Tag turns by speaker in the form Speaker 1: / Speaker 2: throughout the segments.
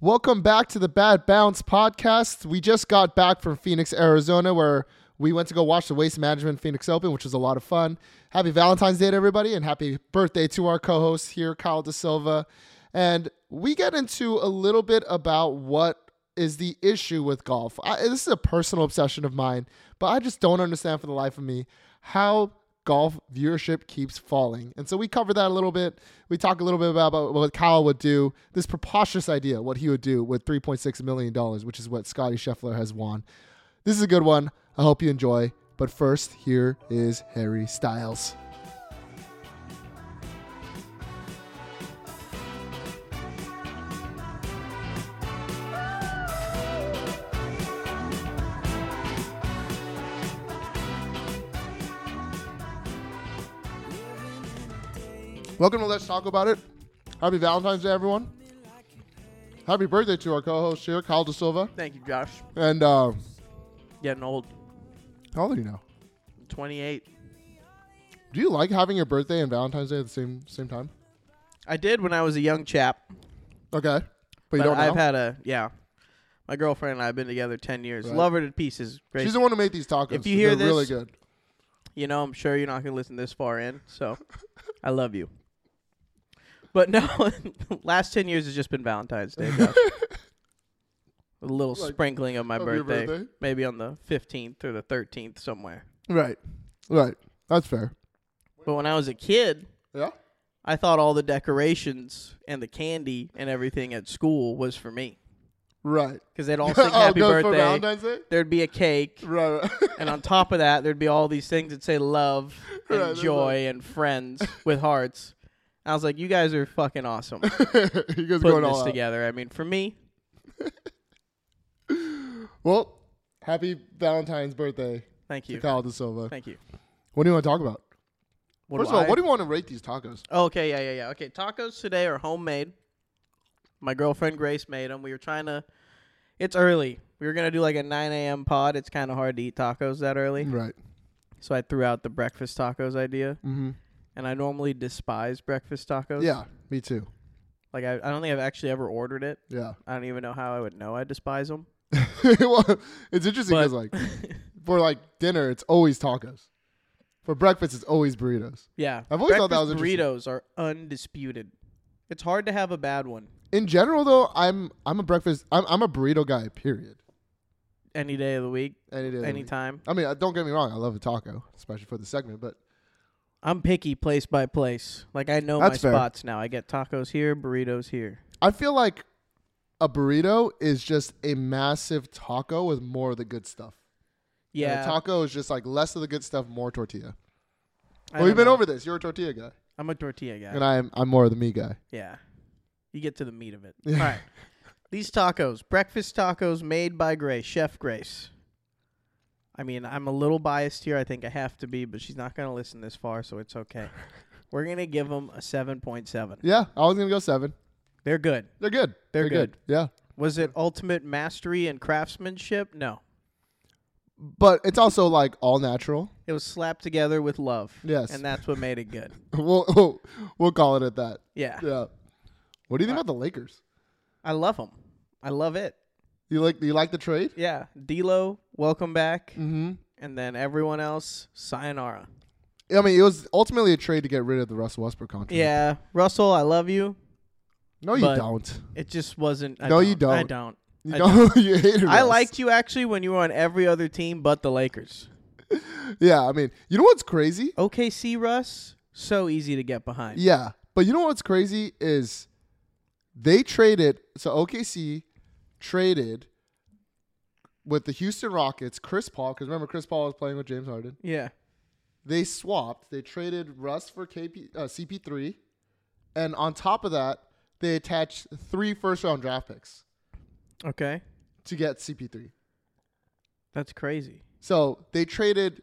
Speaker 1: Welcome back to the Bad Bounce podcast. We just got back from Phoenix, Arizona, where we went to go watch the Waste Management Phoenix Open, which was a lot of fun. Happy Valentine's Day to everybody, and happy birthday to our co host here, Kyle Da Silva. And we get into a little bit about what is the issue with golf. I, this is a personal obsession of mine, but I just don't understand for the life of me how golf viewership keeps falling. And so we cover that a little bit. We talk a little bit about, about what Kyle would do, this preposterous idea, what he would do with $3.6 million, which is what Scotty Scheffler has won. This is a good one. I hope you enjoy. But first, here is Harry Styles. Welcome to Let's Talk About It. Happy Valentine's Day, everyone. Happy birthday to our co-host here, Kyle Da Silva.
Speaker 2: Thank you, Josh.
Speaker 1: And uh,
Speaker 2: Getting old.
Speaker 1: how old are you now?
Speaker 2: 28.
Speaker 1: Do you like having your birthday and Valentine's Day at the same same time?
Speaker 2: I did when I was a young chap.
Speaker 1: Okay, but you don't.
Speaker 2: I've
Speaker 1: now?
Speaker 2: had a yeah. My girlfriend and I have been together 10 years.
Speaker 1: Right.
Speaker 2: Love her to pieces. Great.
Speaker 1: She's the one who made these tacos.
Speaker 2: If you hear
Speaker 1: They're really
Speaker 2: this-
Speaker 1: good.
Speaker 2: you know, I'm sure you're not going to listen this far in, so I love you. But no, last 10 years has just been Valentine's Day, Josh. a little
Speaker 1: Like,
Speaker 2: sprinkling of my
Speaker 1: of your
Speaker 2: birthday,
Speaker 1: birthday?
Speaker 2: Maybe on the 15th or the 13th somewhere.
Speaker 1: Right, right. That's fair.
Speaker 2: But when I was a kid,
Speaker 1: Yeah.
Speaker 2: I thought all the decorations and the candy and everything at school was for me.
Speaker 1: Right.
Speaker 2: because they'd all sing happy
Speaker 1: good for
Speaker 2: birthday.
Speaker 1: Valentine's Day.
Speaker 2: There'd be a cake,
Speaker 1: Right. right.
Speaker 2: and on top of that, there'd be all these things that say love and
Speaker 1: Right, that's
Speaker 2: joy and friends with hearts. I was like, you guys are fucking awesome
Speaker 1: you guys are
Speaker 2: putting
Speaker 1: going
Speaker 2: this
Speaker 1: all out.
Speaker 2: together. I mean, for me,
Speaker 1: Well, happy Valentine's birthday
Speaker 2: thank
Speaker 1: to
Speaker 2: you,
Speaker 1: Kyle Da Silva.
Speaker 2: thank you.
Speaker 1: What do you want to talk about?
Speaker 2: What
Speaker 1: First of
Speaker 2: do
Speaker 1: all,
Speaker 2: I-
Speaker 1: what do you want to rate these tacos?
Speaker 2: Oh, okay, yeah, yeah, yeah. Okay, tacos today are homemade. My girlfriend Grace made them. We were trying to. It's early. We were gonna do like a 9 a.m. pod. It's kind of hard to eat tacos that early,
Speaker 1: Right.
Speaker 2: so I threw out the breakfast tacos idea.
Speaker 1: Mm-hmm.
Speaker 2: And I normally despise breakfast tacos.
Speaker 1: Yeah. Me too.
Speaker 2: Like I, I don't think I've actually ever ordered it.
Speaker 1: Yeah.
Speaker 2: I don't even know how I would know I despise them.
Speaker 1: well, it's interesting
Speaker 2: But
Speaker 1: because like for like dinner, it's always tacos. For breakfast, it's always burritos.
Speaker 2: yeah,
Speaker 1: I've always thought that was
Speaker 2: Breakfast burritos are undisputed. It's hard to have a bad one
Speaker 1: In general, though, I'm I'm a breakfast I'm I'm a burrito guy. Period.
Speaker 2: any day of the week,
Speaker 1: Any day, of the week.
Speaker 2: anytime.
Speaker 1: I mean, uh, don't get me wrong. I love a taco, especially for the segment. But
Speaker 2: I'm picky place by place. Like I know my
Speaker 1: That's fair.
Speaker 2: spots now. I get tacos here, burritos here.
Speaker 1: I feel like a burrito is just a massive taco with more of the good stuff. And
Speaker 2: Yeah,
Speaker 1: a taco is just like less of the good stuff, more tortilla.
Speaker 2: I
Speaker 1: well, we've
Speaker 2: don't
Speaker 1: been
Speaker 2: know.
Speaker 1: over this. You're a tortilla guy,
Speaker 2: I'm a tortilla guy.
Speaker 1: and I'm I'm more of the meat guy.
Speaker 2: yeah, you get to the meat of it. All right, these tacos, breakfast tacos made by Grace, Chef Grace. I mean, I'm a little biased here. I think I have to be, but she's not going to listen this far, so it's okay. We're going to give them a 7.7.
Speaker 1: Yeah, I was gonna go seven.
Speaker 2: They're good.
Speaker 1: They're good.
Speaker 2: They're
Speaker 1: good. Yeah.
Speaker 2: Was it ultimate mastery and craftsmanship? No.
Speaker 1: but it's also like all natural.
Speaker 2: It was slapped together with love.
Speaker 1: Yes.
Speaker 2: And that's what made it good.
Speaker 1: We'll we'll, we'll call it at that.
Speaker 2: Yeah.
Speaker 1: Yeah. What do you think about the Lakers?
Speaker 2: I love them. I love it.
Speaker 1: You like you like the trade?
Speaker 2: Yeah. D'Lo, welcome back.
Speaker 1: Mm-hmm.
Speaker 2: And then everyone else, sayonara.
Speaker 1: I mean, it was ultimately a trade to get rid of the Russell Westbrook contract.
Speaker 2: Yeah. Russell, I love you.
Speaker 1: No, you
Speaker 2: But-
Speaker 1: don't.
Speaker 2: It just wasn't. I
Speaker 1: No, you
Speaker 2: I
Speaker 1: don't.
Speaker 2: don't.
Speaker 1: You
Speaker 2: I
Speaker 1: don't. you hated.
Speaker 2: I
Speaker 1: Russ.
Speaker 2: liked you actually when you were on every other team but the Lakers.
Speaker 1: Yeah, I mean, you know what's crazy?
Speaker 2: OKC Russ, so easy to get behind.
Speaker 1: Yeah, but you know what's crazy is they traded. So OKC traded with the Houston Rockets, Chris Paul. Because remember, Chris Paul was playing with James Harden.
Speaker 2: Yeah.
Speaker 1: they swapped. They traded Russ for KP, uh, CP3, and on top of that, they attached three first round draft picks
Speaker 2: Okay.
Speaker 1: to get CP3.
Speaker 2: That's crazy.
Speaker 1: So they traded,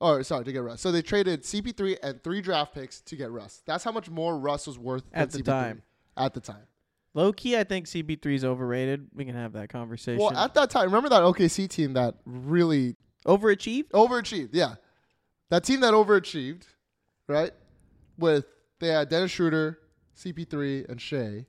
Speaker 1: or sorry, to get Russ. So they traded CP3 and three draft picks to get Russ. That's how much more Russ was worth
Speaker 2: At the
Speaker 1: than CP3
Speaker 2: time.
Speaker 1: At the time.
Speaker 2: Low key, I think CP3 is overrated. We can have that conversation.
Speaker 1: Well, at that time, remember that OKC team that really
Speaker 2: Overachieved?
Speaker 1: overachieved. Yeah, that team that overachieved, right? With they had Dennis Schroeder, CP3, and Shea,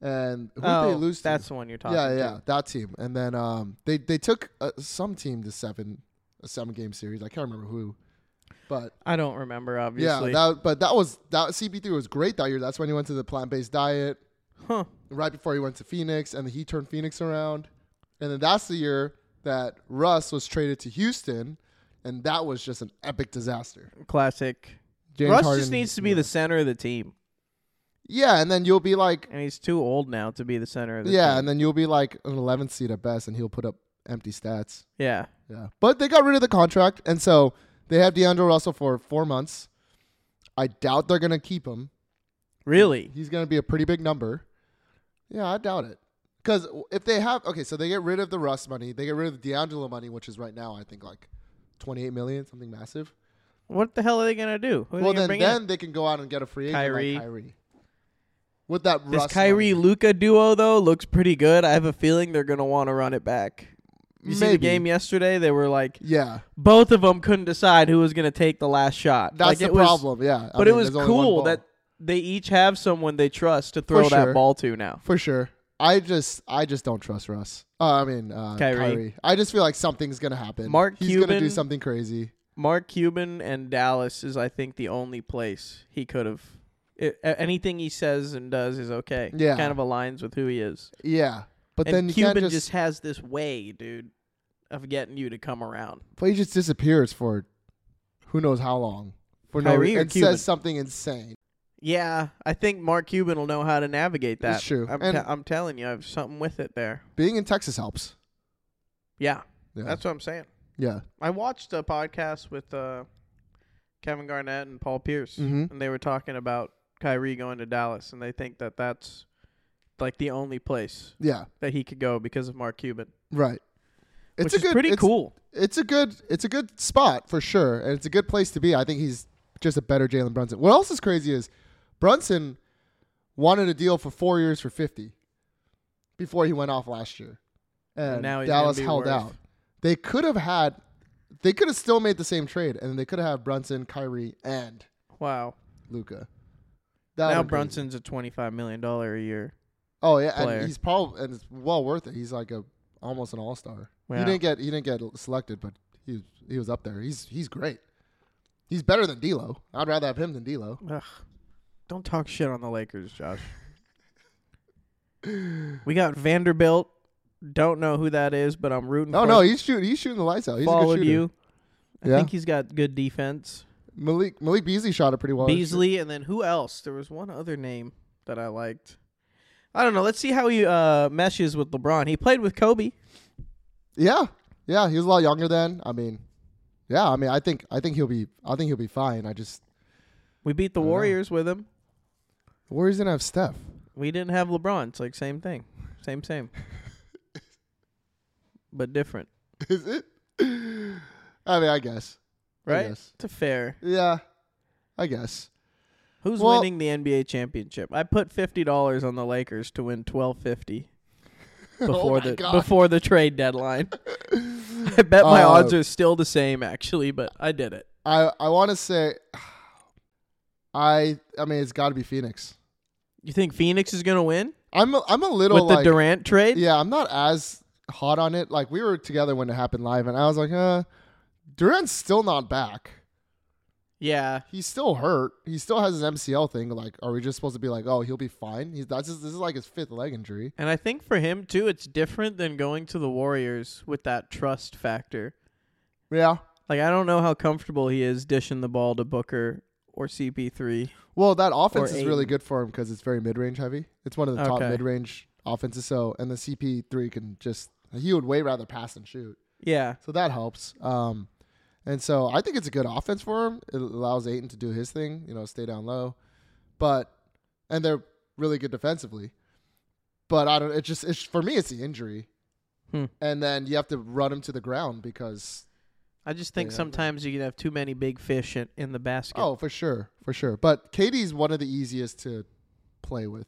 Speaker 1: And who
Speaker 2: oh,
Speaker 1: did they lose to?
Speaker 2: that's the one you're talking.
Speaker 1: yeah,
Speaker 2: to.
Speaker 1: yeah, that team. And then um, they they took uh, some team to seven a seven game series. I can't remember who, but
Speaker 2: I don't remember obviously.
Speaker 1: yeah, that but that was that CP3 was great that year. That's when he went to the plant based diet
Speaker 2: huh.
Speaker 1: right before he went to Phoenix, and he turned Phoenix around. And then that's the year that Russ was traded to Houston, and that was just an epic disaster.
Speaker 2: Classic.
Speaker 1: James
Speaker 2: Russ
Speaker 1: Harden-
Speaker 2: just needs to be the center of the team,
Speaker 1: yeah, and then you'll be like
Speaker 2: and he's too old now to be the center of the
Speaker 1: yeah,
Speaker 2: team.
Speaker 1: and then you'll be like an 11th seed at best, and he'll put up empty stats.
Speaker 2: Yeah.
Speaker 1: Yeah, but they got rid of the contract, and so they have D'Angelo Russell for four months. I doubt they're gonna keep him.
Speaker 2: Really?
Speaker 1: He's going to be a pretty big number. Yeah, I doubt it. Because if they have, okay, so they get rid of the Russ money, they get rid of the D'Angelo money, which is right now, I think, like 28 million, something massive.
Speaker 2: What the hell are they gonna do? Who
Speaker 1: well,
Speaker 2: are they gonna
Speaker 1: then
Speaker 2: bring
Speaker 1: then
Speaker 2: in?
Speaker 1: they can go out and get a free agent
Speaker 2: Kyrie.
Speaker 1: like Kyrie. With that
Speaker 2: this
Speaker 1: Russ
Speaker 2: Kyrie
Speaker 1: money.
Speaker 2: Luca duo though looks pretty good. I have a feeling they're gonna want to run it back. You see the
Speaker 1: Maybe.
Speaker 2: game yesterday? They were like
Speaker 1: Yeah,
Speaker 2: both of them couldn't decide who was gonna take the last shot.
Speaker 1: that's
Speaker 2: Like,
Speaker 1: the
Speaker 2: it was-
Speaker 1: problem. Yeah, I
Speaker 2: But
Speaker 1: mean,
Speaker 2: it was
Speaker 1: there's only one
Speaker 2: cool
Speaker 1: ball.
Speaker 2: that they each have someone they trust to throw
Speaker 1: sure.
Speaker 2: that ball to now.
Speaker 1: for sure. I just, I just don't trust Russ. Uh, I mean, uh,
Speaker 2: Kyrie.
Speaker 1: Kyrie. I just feel like something's gonna happen.
Speaker 2: Mark
Speaker 1: he's gonna
Speaker 2: Cuban.
Speaker 1: do something crazy.
Speaker 2: Mark Cuban and Dallas is, I think, the only place he could have. Anything he says and does is okay.
Speaker 1: Yeah.
Speaker 2: kind of aligns with who he is.
Speaker 1: Yeah, but
Speaker 2: and
Speaker 1: then you
Speaker 2: Cuban
Speaker 1: can't
Speaker 2: just, has this way, dude, of getting you to come around.
Speaker 1: But he just disappears for who knows how long. For no
Speaker 2: Kyrie
Speaker 1: reason.
Speaker 2: or
Speaker 1: And
Speaker 2: Cuban?
Speaker 1: says something insane.
Speaker 2: Yeah, I think Mark Cuban will know how to navigate that.
Speaker 1: It's true.
Speaker 2: I'm,
Speaker 1: And-
Speaker 2: te- I'm telling you, I have something with it there.
Speaker 1: Being in Texas helps.
Speaker 2: Yeah,
Speaker 1: Yeah.
Speaker 2: that's what I'm saying.
Speaker 1: yeah.
Speaker 2: I watched a podcast with uh, Kevin Garnett and Paul Pierce,
Speaker 1: Mhm.
Speaker 2: and they were talking about Kyrie going to Dallas, and they think that that's like the only place
Speaker 1: Yeah.
Speaker 2: that he could go because of Mark Cuban,
Speaker 1: Right. It's
Speaker 2: which
Speaker 1: a
Speaker 2: is
Speaker 1: good
Speaker 2: pretty
Speaker 1: it's-
Speaker 2: cool.
Speaker 1: It's a good it's a good spot for sure. And it's a good place to be. I think he's just a better Jalen Brunson. What else is crazy is Brunson wanted a deal for four years for fifty before he went off last year. And,
Speaker 2: And now he's gonna
Speaker 1: Dallas
Speaker 2: be
Speaker 1: held
Speaker 2: worth-
Speaker 1: out. They could have had they could have still made the same trade and they could have had Brunson, Kyrie, and
Speaker 2: Wow.
Speaker 1: Luca.
Speaker 2: now Brunson's a twenty-five million dollar a year.
Speaker 1: Oh yeah,
Speaker 2: player.
Speaker 1: and he's probably and it's well worth it. He's like a almost an all star.
Speaker 2: Wow.
Speaker 1: He didn't get he didn't get selected, but he he was up there. He's he's great. He's better than D'Lo. I'd rather have him than D'Lo.
Speaker 2: Ugh. Don't talk shit on the Lakers, Josh. we got Vanderbilt. Don't know who that is, but I'm rooting
Speaker 1: No,
Speaker 2: for
Speaker 1: Oh, no,
Speaker 2: him.
Speaker 1: he's shooting. He's shooting the lights out. He's a
Speaker 2: followed
Speaker 1: good shooter.
Speaker 2: you. I
Speaker 1: Yeah.
Speaker 2: think he's got good defense.
Speaker 1: Malik Malik Beasley shot it pretty well.
Speaker 2: Beasley, and then who else? There was one other name that I liked. I don't know. Let's see how he uh, meshes with LeBron. He played with Kobe.
Speaker 1: Yeah, yeah. He was a lot younger then. I mean, yeah. I mean, I think I think he'll be I think he'll be fine. I just
Speaker 2: We beat the
Speaker 1: I know.
Speaker 2: Warriors with him.
Speaker 1: Warriors didn't have Steph.
Speaker 2: We didn't have LeBron. It's like same thing, same same, but different,
Speaker 1: Is it? I mean, I guess. I
Speaker 2: right?
Speaker 1: guess.
Speaker 2: It's a fair.
Speaker 1: Yeah, I guess.
Speaker 2: Who's
Speaker 1: Well-
Speaker 2: winning the NBA championship? I put fifty dollars on the Lakers to win twelve fifty before
Speaker 1: Oh my
Speaker 2: the
Speaker 1: God.
Speaker 2: before the trade deadline. I bet my
Speaker 1: Uh,
Speaker 2: odds are still the same actually, but I did it.
Speaker 1: I I want to say, I I mean it's got to be Phoenix.
Speaker 2: You think Phoenix is gonna win
Speaker 1: I'm a, I'm a little
Speaker 2: with the
Speaker 1: like
Speaker 2: Durant trade?
Speaker 1: yeah I'm not as hot on it. Like we were together when it happened live, and I was like, uh, Durant's still not back.
Speaker 2: Yeah.
Speaker 1: He's still hurt. He still has his MCL thing. Like, are we just supposed to be like, oh, he'll be fine? He's that's just, this is like his fifth leg injury.
Speaker 2: And I think for him too, it's different than going to the Warriors with that trust factor.
Speaker 1: Yeah.
Speaker 2: Like I don't know how comfortable he is dishing the ball to Booker or CP3.
Speaker 1: Well, that offense
Speaker 2: Or
Speaker 1: is really
Speaker 2: Aiden.
Speaker 1: good for him because it's very mid range heavy. It's one of the top
Speaker 2: Okay.
Speaker 1: mid range offenses. So, and the CP three can just he would way rather pass than shoot.
Speaker 2: Yeah.
Speaker 1: So that helps. Um, and so I think it's a good offense for him. It allows Aiton to do his thing, you know, stay down low. But and they're really good defensively. But I don't. It just it's for me. It's the injury,
Speaker 2: Hmm.
Speaker 1: and then you have to run him to the ground because
Speaker 2: I just think
Speaker 1: Yeah.
Speaker 2: sometimes you can have too many big fish in, in the basket.
Speaker 1: oh, for sure, for sure. But Katie's one of the easiest to play with.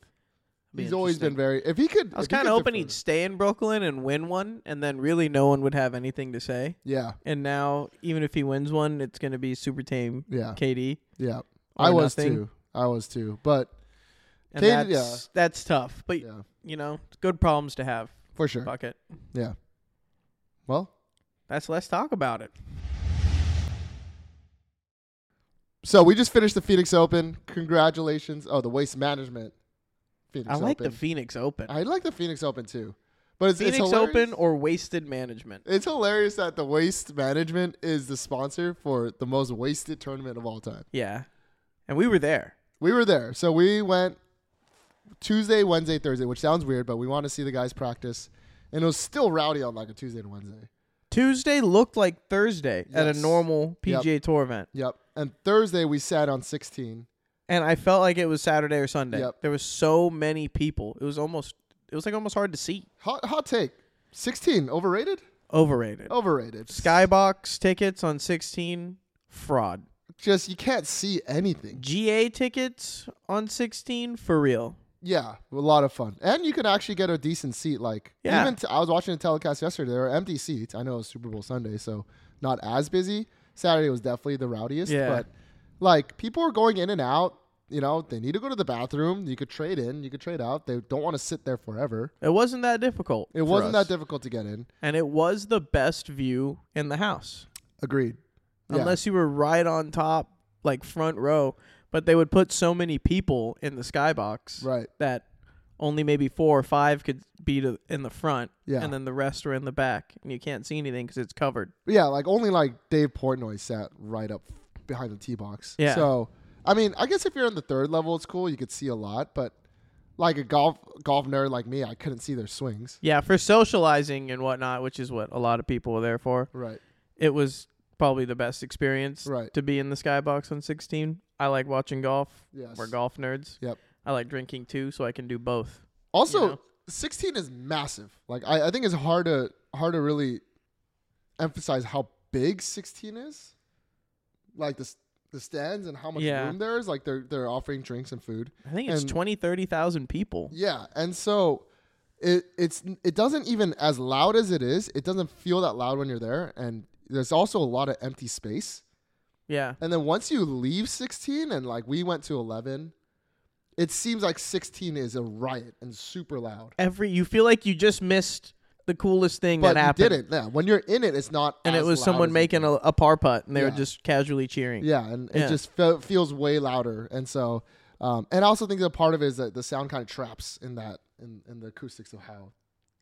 Speaker 2: Be
Speaker 1: He's always
Speaker 2: interesting.
Speaker 1: been very. If he could,
Speaker 2: I was
Speaker 1: if he
Speaker 2: kind of
Speaker 1: could
Speaker 2: hoping he'd
Speaker 1: defer-
Speaker 2: stay in Brooklyn and win one, and then really no one would have anything to say.
Speaker 1: Yeah,
Speaker 2: And now, even if he wins one, it's going to be super tame
Speaker 1: yeah,
Speaker 2: KD.
Speaker 1: yeah.
Speaker 2: or
Speaker 1: I was
Speaker 2: nothing.
Speaker 1: too. I was too. But
Speaker 2: And
Speaker 1: Katie-
Speaker 2: that's that's tough. But
Speaker 1: Yeah,
Speaker 2: you know, it's good problems to have.
Speaker 1: for sure.
Speaker 2: Fuck it.
Speaker 1: Well,
Speaker 2: That's let's talk about it.
Speaker 1: so we just finished the Phoenix Open. Congratulations. Oh, the Waste Management Phoenix
Speaker 2: I like
Speaker 1: Open.
Speaker 2: the Phoenix Open.
Speaker 1: I like the Phoenix Open too. But it's, it's
Speaker 2: Phoenix
Speaker 1: hilarious.
Speaker 2: Open or wasted management.
Speaker 1: It's hilarious that the Waste Management is the sponsor for the most wasted tournament of all time.
Speaker 2: Yeah. And we were there.
Speaker 1: We were there. So we went Tuesday, Wednesday, Thursday, which sounds weird, but we want to see the guys practice. And it was still rowdy on like a Tuesday and Wednesday.
Speaker 2: Tuesday looked like Thursday at a
Speaker 1: Yes.
Speaker 2: normal
Speaker 1: Yep.
Speaker 2: PGA Tour event.
Speaker 1: Yep. And Thursday we sat on 16.
Speaker 2: And I felt like it was Saturday or Sunday.
Speaker 1: Yep.
Speaker 2: There was so many people. It was almost it was like almost hard to see.
Speaker 1: Hot, hot take. 16 overrated?
Speaker 2: Overrated.
Speaker 1: Overrated.
Speaker 2: Skybox tickets on 16 fraud.
Speaker 1: Just you can't see anything.
Speaker 2: GA tickets on 16 for real.
Speaker 1: Yeah, a lot of fun, and you can actually get a decent seat. Like
Speaker 2: Yeah.
Speaker 1: even t- I was watching a telecast yesterday. There were empty seats. I know it was Super Bowl Sunday, so not as busy. Saturday was definitely the rowdiest,
Speaker 2: Yeah.
Speaker 1: but like people are going in and out. You know, they need to go to the bathroom. You could trade in, you could trade out. They don't want to sit there forever.
Speaker 2: It wasn't that difficult.
Speaker 1: It wasn't that difficult to get in.
Speaker 2: and it was the best view in the house.
Speaker 1: Agreed. Yeah.
Speaker 2: Unless you were right on top like front row, but they would put so many people in the skybox
Speaker 1: Right.
Speaker 2: that only maybe 4 or 5 could be to, in the front
Speaker 1: Yeah.
Speaker 2: and then the rest are in the back and you can't see anything cuz it's covered.
Speaker 1: Yeah, like only like Dave Portnoy sat right up behind the tee box.
Speaker 2: Yeah.
Speaker 1: So I mean, I guess if you're on the third level, it's cool. You could see a lot, but like a golf golf nerd like me, I couldn't see their swings.
Speaker 2: Yeah, for socializing and whatnot, which is what a lot of people were there for.
Speaker 1: Right.
Speaker 2: it was probably the best experience
Speaker 1: Right.
Speaker 2: to be in the skybox on 16. I like watching golf.
Speaker 1: Yes.
Speaker 2: We're golf nerds.
Speaker 1: Yep.
Speaker 2: I like drinking too, so I can do both.
Speaker 1: Also,
Speaker 2: you know?
Speaker 1: 16 is massive. Like I, I think it's hard to hard to really emphasize how big 16 is. Like the s- the stands and how much
Speaker 2: Yeah.
Speaker 1: room there is. Like they're they're offering drinks and food.
Speaker 2: I think it's
Speaker 1: And-
Speaker 2: twenty, thirty thousand 20, 30,000 people.
Speaker 1: Yeah, and so it it's it doesn't even as loud as it is. It doesn't feel that loud when you're there, and there's also a lot of empty space.
Speaker 2: Yeah.
Speaker 1: And then once you leave 16, and like we went to 11, it seems like 16 is a riot and super loud.
Speaker 2: Every you feel like you just missed the coolest thing
Speaker 1: But
Speaker 2: that
Speaker 1: you
Speaker 2: happened.
Speaker 1: didn't. Yeah, when you're in it, it's not.
Speaker 2: And it
Speaker 1: as
Speaker 2: was
Speaker 1: loud
Speaker 2: someone
Speaker 1: as
Speaker 2: making a, a par putt and they were
Speaker 1: Yeah.
Speaker 2: just casually cheering.
Speaker 1: Yeah, and
Speaker 2: Yeah.
Speaker 1: it just fe- feels way louder. And so, um, and I also think that part of it is that the sound kind of traps in that in, in the acoustics of how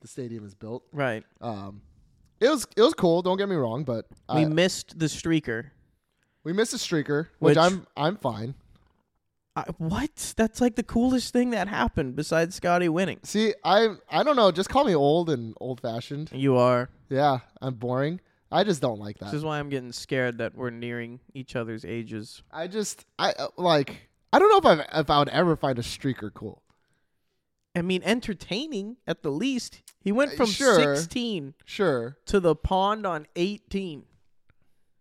Speaker 1: the stadium is built.
Speaker 2: Right.
Speaker 1: Um, it was it was cool. Don't get me wrong, but
Speaker 2: we
Speaker 1: I,
Speaker 2: missed the streaker.
Speaker 1: we missed a streaker, which,
Speaker 2: Which-
Speaker 1: I'm I'm fine.
Speaker 2: I, what? That's like the coolest thing that happened besides Scotty winning.
Speaker 1: See, I I don't know. Just call me old and old fashioned.
Speaker 2: You are.
Speaker 1: Yeah, I'm boring. I just don't like
Speaker 2: This
Speaker 1: that.
Speaker 2: is why I'm getting scared that we're nearing each other's ages.
Speaker 1: I just I uh, like I don't know if I if I would ever find a streaker cool.
Speaker 2: I mean, entertaining at the least. He went
Speaker 1: Uh,
Speaker 2: from
Speaker 1: sure.
Speaker 2: 16
Speaker 1: Sure,
Speaker 2: to the pond on 18.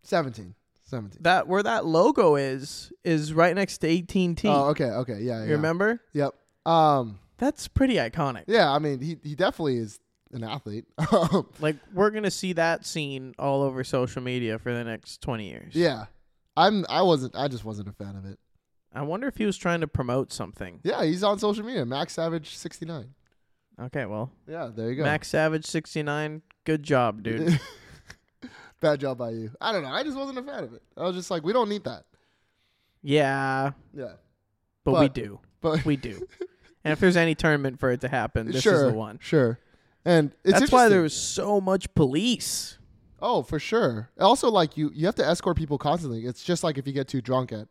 Speaker 1: 17, 17.
Speaker 2: That where that logo is is right next to 18T.
Speaker 1: Oh, okay, okay, yeah, yeah.
Speaker 2: You remember?
Speaker 1: Yep. Um.
Speaker 2: That's pretty iconic.
Speaker 1: Yeah. I mean, he he definitely is an athlete. Um,
Speaker 2: Like we're gonna see that scene all over social media for the next 20 years.
Speaker 1: yeah. I'm. I wasn't. I just wasn't a fan of it.
Speaker 2: I wonder if he was trying to promote something.
Speaker 1: Yeah. He's on social media. Max Savage sixty nine.
Speaker 2: Okay, well,
Speaker 1: Yeah. There you go.
Speaker 2: Max Savage 69. Good job, dude.
Speaker 1: Bad job by you. I don't know. I just wasn't a fan of it. I was just like, we don't need that.
Speaker 2: yeah,
Speaker 1: Yeah.
Speaker 2: but, we
Speaker 1: But-
Speaker 2: do.
Speaker 1: But
Speaker 2: We do. and if there's any tournament for it to happen, this
Speaker 1: sure,
Speaker 2: is the one.
Speaker 1: Sure. And it's
Speaker 2: That's why there
Speaker 1: interesting.
Speaker 2: was so much police.
Speaker 1: Oh, for sure. Also, like you, you have to escort people constantly. It's just like if you get too drunk at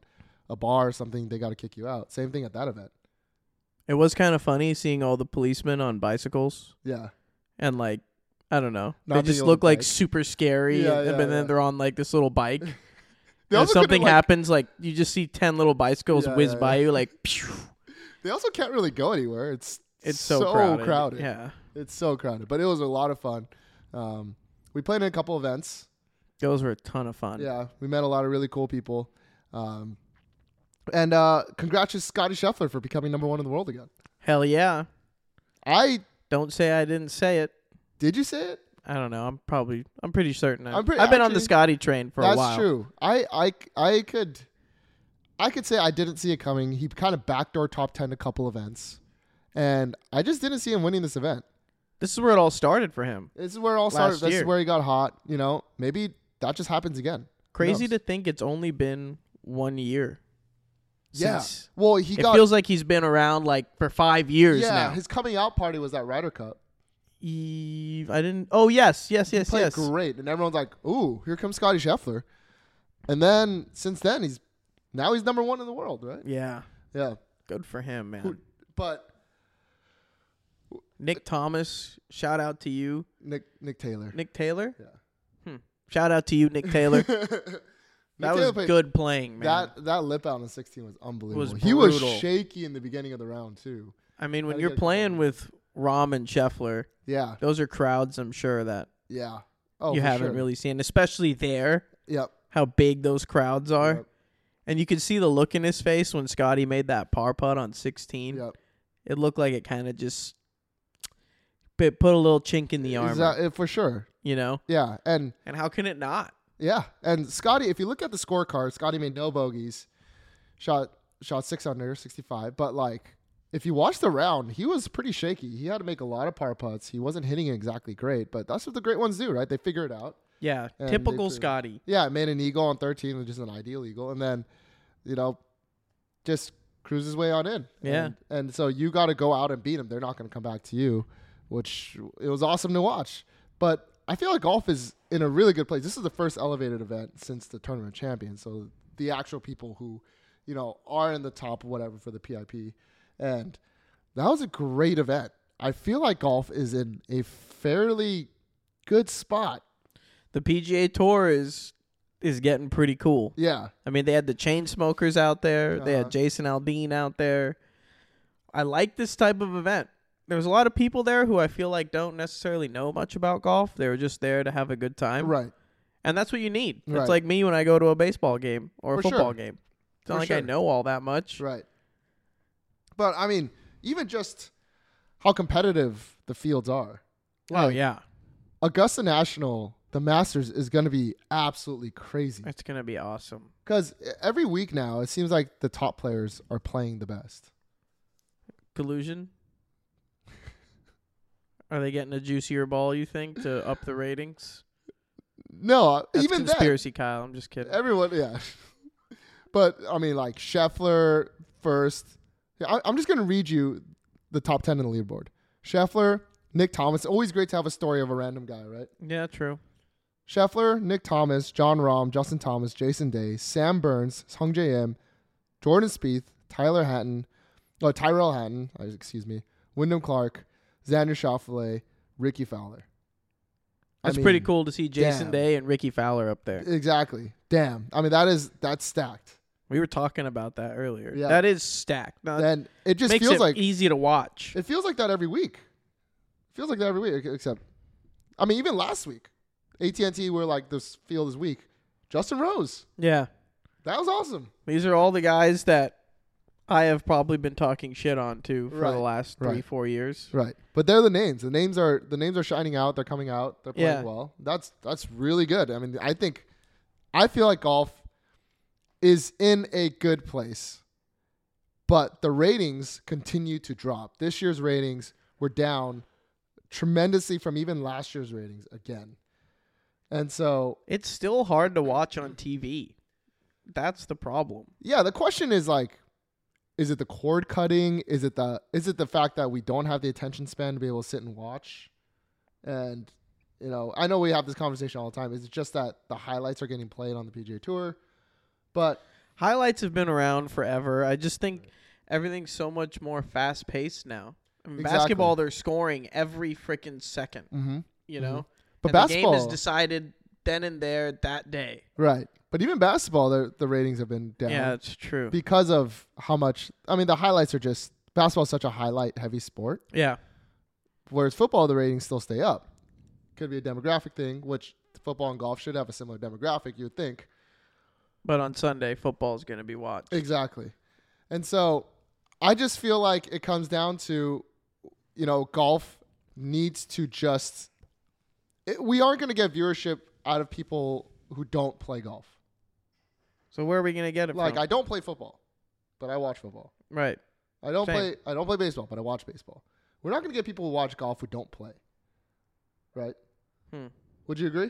Speaker 1: a bar or something, they got to kick you out. Same thing at that event.
Speaker 2: It was kind of funny seeing all the policemen on bicycles
Speaker 1: Yeah.
Speaker 2: and like I don't know.
Speaker 1: Not
Speaker 2: they
Speaker 1: being
Speaker 2: just
Speaker 1: able
Speaker 2: look
Speaker 1: to
Speaker 2: like
Speaker 1: bike.
Speaker 2: super scary,
Speaker 1: Yeah,
Speaker 2: and,
Speaker 1: yeah,
Speaker 2: but then
Speaker 1: yeah.
Speaker 2: they're on like this little bike. and
Speaker 1: They
Speaker 2: if
Speaker 1: also couldn't,
Speaker 2: something
Speaker 1: like-
Speaker 2: happens, like you just see ten little bicycles
Speaker 1: Yeah,
Speaker 2: whiz
Speaker 1: yeah,
Speaker 2: by
Speaker 1: yeah.
Speaker 2: you, like phew,
Speaker 1: They also can't really go anywhere. It's
Speaker 2: it's so, crowded.
Speaker 1: crowded.
Speaker 2: Yeah,
Speaker 1: It's so crowded. But it was a lot of fun. Um, we played in a couple events.
Speaker 2: those were a ton of fun.
Speaker 1: Yeah, we met a lot of really cool people. Um, and uh, congrats to Scotty Scheffler for becoming number one in the world again.
Speaker 2: Hell yeah!
Speaker 1: I
Speaker 2: Don't say I didn't say it.
Speaker 1: did you say it?
Speaker 2: I don't know. I'm probably. I'm pretty certain. I,
Speaker 1: I'm pretty-
Speaker 2: I've been on the
Speaker 1: actually,
Speaker 2: Scotty train for a
Speaker 1: That's
Speaker 2: while.
Speaker 1: true. I I I could. I could say I didn't see it coming. He kind of backdoor top 10 a couple events. And I just didn't see him winning this event.
Speaker 2: This is where it all started for him.
Speaker 1: This is where it all started.
Speaker 2: Last
Speaker 1: This is
Speaker 2: year.
Speaker 1: where he got hot. You know, maybe that just happens again.
Speaker 2: Crazy
Speaker 1: knows?
Speaker 2: to think it's only been one year.
Speaker 1: Yeah.
Speaker 2: Since-
Speaker 1: Well, he
Speaker 2: it
Speaker 1: got.
Speaker 2: feels like he's been around like for five years
Speaker 1: yeah,
Speaker 2: now.
Speaker 1: his coming out party was that Ryder Cup.
Speaker 2: Eve, I didn't. Oh yes, yes, yes,
Speaker 1: played
Speaker 2: yes.
Speaker 1: great, and everyone's like, "Ooh, here comes Scotty Scheffler." And then since then, he's now he's number one in the world, right?
Speaker 2: Yeah,
Speaker 1: Yeah,
Speaker 2: good for him, man.
Speaker 1: Who- but
Speaker 2: Nick Thomas, shout out to you.
Speaker 1: Nick Nick Taylor,
Speaker 2: Nick Taylor.
Speaker 1: Yeah.
Speaker 2: Hmm. Shout out to you, Nick Taylor.
Speaker 1: Nick
Speaker 2: that was
Speaker 1: Taylor played-
Speaker 2: good playing, man.
Speaker 1: That that lip out on sixteen was unbelievable.
Speaker 2: Was
Speaker 1: he was
Speaker 2: brutal.
Speaker 1: shaky in the beginning of the round too.
Speaker 2: I mean, when
Speaker 1: Gotta
Speaker 2: you're
Speaker 1: get
Speaker 2: playing
Speaker 1: going.
Speaker 2: with Rom and Scheffler,
Speaker 1: Yeah,
Speaker 2: those are crowds. I'm sure that
Speaker 1: yeah. Oh,
Speaker 2: you
Speaker 1: for
Speaker 2: haven't
Speaker 1: sure.
Speaker 2: really seen, especially there,
Speaker 1: Yep.
Speaker 2: how big those crowds are.
Speaker 1: Yep.
Speaker 2: And you could see the look in his face when Scotty made that par putt on 16.
Speaker 1: yep.
Speaker 2: It looked like it kind of just bit, put a little chink in the armor,
Speaker 1: Is that- eh, for sure.
Speaker 2: you know?
Speaker 1: Yeah, and
Speaker 2: And how can it not?
Speaker 1: yeah, and Scotty. If you look at the scorecard, Scotty made no bogeys, shot shot six under sixty five. But like, if you watch the round, he was pretty shaky. He had to make a lot of par putts. He wasn't hitting exactly great, but that's what the great ones do, right? They figure it out.
Speaker 2: Yeah,
Speaker 1: And they
Speaker 2: typical
Speaker 1: proved-
Speaker 2: Scotty.
Speaker 1: Yeah, made an eagle on 13, which is an ideal eagle, and then, you know, just cruises way on in.
Speaker 2: Yeah.
Speaker 1: And, and so you got to go out and beat them. They're not going to come back to you, which it was awesome to watch. But I feel like golf is in a really good place. This is the first elevated event since the tournament champion. So the actual people who, you know, are in the top whatever for the PIP, and that was a great event. I feel like golf is in a fairly good spot.
Speaker 2: The PGA Tour is is getting pretty cool.
Speaker 1: Yeah.
Speaker 2: I mean, they had the chain smokers out there. They
Speaker 1: Uh-huh.
Speaker 2: had Jason Aldean out there. I like this type of event. There was a lot of people there who I feel like don't necessarily know much about golf. They were just there to have a good time,
Speaker 1: Right.
Speaker 2: and that's what you need.
Speaker 1: Right.
Speaker 2: It's like me when I go to a baseball game or a
Speaker 1: For sure.
Speaker 2: football game. It's not
Speaker 1: For
Speaker 2: like I
Speaker 1: sure.
Speaker 2: know all that much.
Speaker 1: Right. But I mean, even just how competitive the fields are.
Speaker 2: Oh yeah,
Speaker 1: Augusta National, the Masters is going to be absolutely crazy
Speaker 2: it's gonna be awesome.
Speaker 1: because every week now it seems like the top players are playing the best.
Speaker 2: Collusion. Are they getting a juicier ball? You think to up the ratings?
Speaker 1: No,
Speaker 2: That's
Speaker 1: even then,
Speaker 2: conspiracy, Kyle. I'm just kidding.
Speaker 1: everyone, yeah. but I mean, like Scheffler first. Yeah, I, I'm just going to read you the top ten in the leaderboard. Scheffler, Nick Thomas. Always great to have a story of a random guy, right?
Speaker 2: Yeah, true.
Speaker 1: Scheffler, Nick Thomas, John Rahm, Justin Thomas, Jason Day, Sam Burns, Sung J M, Jordan Spieth, Tyler Hatton, oh, Tyrell Hatton, uh, excuse me, Wyndham Clark, Xander Schauffele, Ricky Fowler. I
Speaker 2: That's pretty
Speaker 1: mean,
Speaker 2: cool to see Jason
Speaker 1: damn.
Speaker 2: Day and Ricky Fowler up there.
Speaker 1: Exactly. Damn. I mean, that is that's stacked.
Speaker 2: We were talking about that earlier.
Speaker 1: Yeah.
Speaker 2: That is stacked. Now, it
Speaker 1: And it just
Speaker 2: Uh, makes
Speaker 1: feels
Speaker 2: it
Speaker 1: like
Speaker 2: easy to watch.
Speaker 1: it feels like that every week. Feels like that every week, except, I mean, even last week, AT and T were like this field is weak. Justin Rose,
Speaker 2: yeah.
Speaker 1: that was awesome.
Speaker 2: These are all the guys that I have probably been talking shit on to for
Speaker 1: Right.
Speaker 2: the last three,
Speaker 1: Right.
Speaker 2: four years.
Speaker 1: Right. But they're the names. The names are the names are shining out. They're coming out. They're playing
Speaker 2: Yeah.
Speaker 1: well. That's that's really good. I mean, I think I feel like golf is in a good place. But the ratings continue to drop. This year's ratings were down tremendously from even last year's ratings again. And so,
Speaker 2: It's still hard to watch on TV. That's the problem.
Speaker 1: yeah, the question is like is it the cord cutting? Is it the is it the fact that we don't have the attention span to be able to sit and watch? And you know, I know we have this conversation all the time. Is it just that the highlights are getting played on the PGA Tour? But
Speaker 2: Highlights have been around forever. I just think everything's so much more fast paced now. I mean,
Speaker 1: Exactly.
Speaker 2: Basketball, they're scoring every freaking second, you know?
Speaker 1: Mm-hmm. but
Speaker 2: And the game is
Speaker 1: basketball,
Speaker 2: decided then and there that day.
Speaker 1: right? But even basketball, the the ratings have been down
Speaker 2: Yeah, it's true.
Speaker 1: because of how much. I mean, the highlights are just basketball is such a highlight heavy sport.
Speaker 2: yeah.
Speaker 1: Whereas football, the ratings still stay up. Could be a demographic thing, which football and golf should have a similar demographic. You would think.
Speaker 2: But on Sunday, football is going to be watched.
Speaker 1: Exactly. And so I just feel like it comes down to, you know, golf needs to just. It, we aren't going to get viewership out of people who don't play golf.
Speaker 2: So where are we gonna get it
Speaker 1: Like
Speaker 2: from?
Speaker 1: I don't play football, but I watch football.
Speaker 2: right.
Speaker 1: I don't
Speaker 2: Same.
Speaker 1: play. I don't play baseball, but I watch baseball. We're not going to get people who watch golf who don't play, right?
Speaker 2: Hmm.
Speaker 1: Would you agree?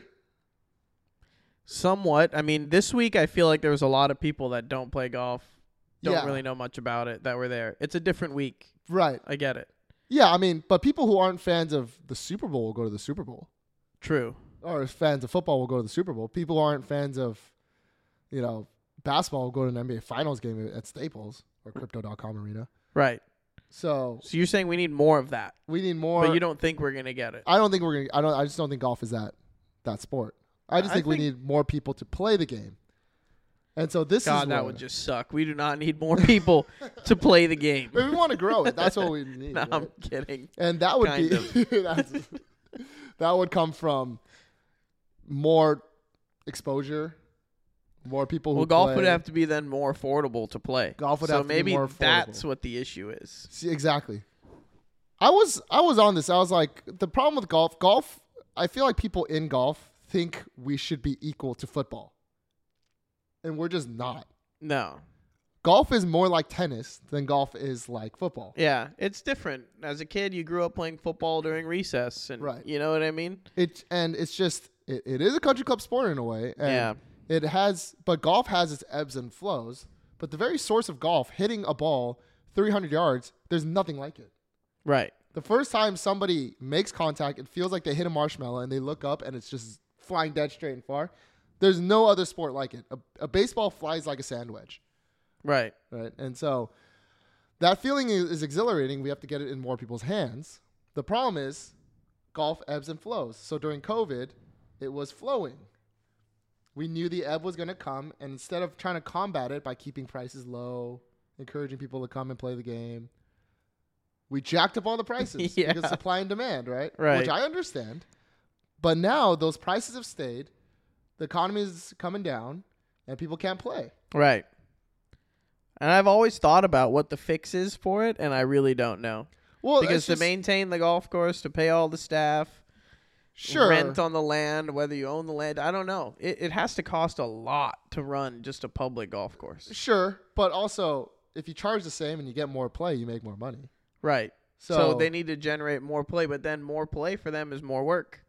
Speaker 2: Somewhat. I mean, this week I feel like there was a lot of people that don't play golf, don't
Speaker 1: Yeah.
Speaker 2: really know much about it, that were there. It's a different week.
Speaker 1: Right.
Speaker 2: I get it.
Speaker 1: Yeah. I mean, but people who aren't fans of the Super Bowl will go to the Super Bowl,
Speaker 2: True.
Speaker 1: or fans of football will go to the Super Bowl. People who aren't fans of, you know, basketball will go to an NBA Finals game at Staples or Crypto.com Arena.
Speaker 2: Right.
Speaker 1: So
Speaker 2: So you're saying we need more of that,
Speaker 1: we need more.
Speaker 2: but you don't think we're gonna get it.
Speaker 1: I don't think we're gonna. I don't. I just don't think golf is that that sport. I just
Speaker 2: I
Speaker 1: think, we
Speaker 2: think-
Speaker 1: need more people to play the game. And so this is
Speaker 2: God, that
Speaker 1: where-
Speaker 2: would just suck. We do not need more people to play the game.
Speaker 1: But we want to grow it. That's what we need.
Speaker 2: No, I'm
Speaker 1: right?
Speaker 2: kidding.
Speaker 1: And that would
Speaker 2: kind
Speaker 1: be that's- that would come from more exposure, more people who
Speaker 2: Well, golf
Speaker 1: play.
Speaker 2: would have to be then more affordable to play.
Speaker 1: Golf would
Speaker 2: so
Speaker 1: have to be
Speaker 2: maybe
Speaker 1: more affordable.
Speaker 2: that's what the issue is.
Speaker 1: See, exactly. I was I was on this. I was like the problem with golf. Golf. I feel like people in golf think we should be equal to football, and we're just not.
Speaker 2: No.
Speaker 1: Golf is more like tennis than golf is like football.
Speaker 2: Yeah, it's different. As a kid, you grew up playing football during recess, and
Speaker 1: Right.
Speaker 2: you know what I mean.
Speaker 1: It and it's just it, it is a country club sport in a way. And
Speaker 2: Yeah.
Speaker 1: It has, but golf has its ebbs and flows. But the very source of golf, hitting a ball 300 yards, there's nothing like it.
Speaker 2: Right.
Speaker 1: The first time somebody makes contact, it feels like they hit a marshmallow and they look up and it's just flying dead straight and far. There's no other sport like it. A, a baseball flies like a sand wedge,
Speaker 2: Right.
Speaker 1: right? And so that feeling is, is exhilarating. We have to get it in more people's hands. The problem is golf ebbs and flows. So during COVID, it was flowing. We knew the ebb was going to come, and instead of trying to combat it by keeping prices low, encouraging people to come and play the game, we jacked up all the prices
Speaker 2: Yeah.
Speaker 1: because supply and demand, right?
Speaker 2: Right.
Speaker 1: Which I understand. But now those prices have stayed, the economy is coming down, and people can't play.
Speaker 2: Right. And I've always thought about what the fix is for it, and I really don't know
Speaker 1: Well,
Speaker 2: because
Speaker 1: it's
Speaker 2: to
Speaker 1: Oh, just-
Speaker 2: maintain the golf course, to pay all the staff,
Speaker 1: sure,
Speaker 2: rent on the land, whether you own the land, I don't know. It, it has to cost a lot to run just a public golf course.
Speaker 1: sure, but also if you charge the same and you get more play, you make more money.
Speaker 2: Right.
Speaker 1: So,
Speaker 2: so they need to generate more play, but then more play for them is more work.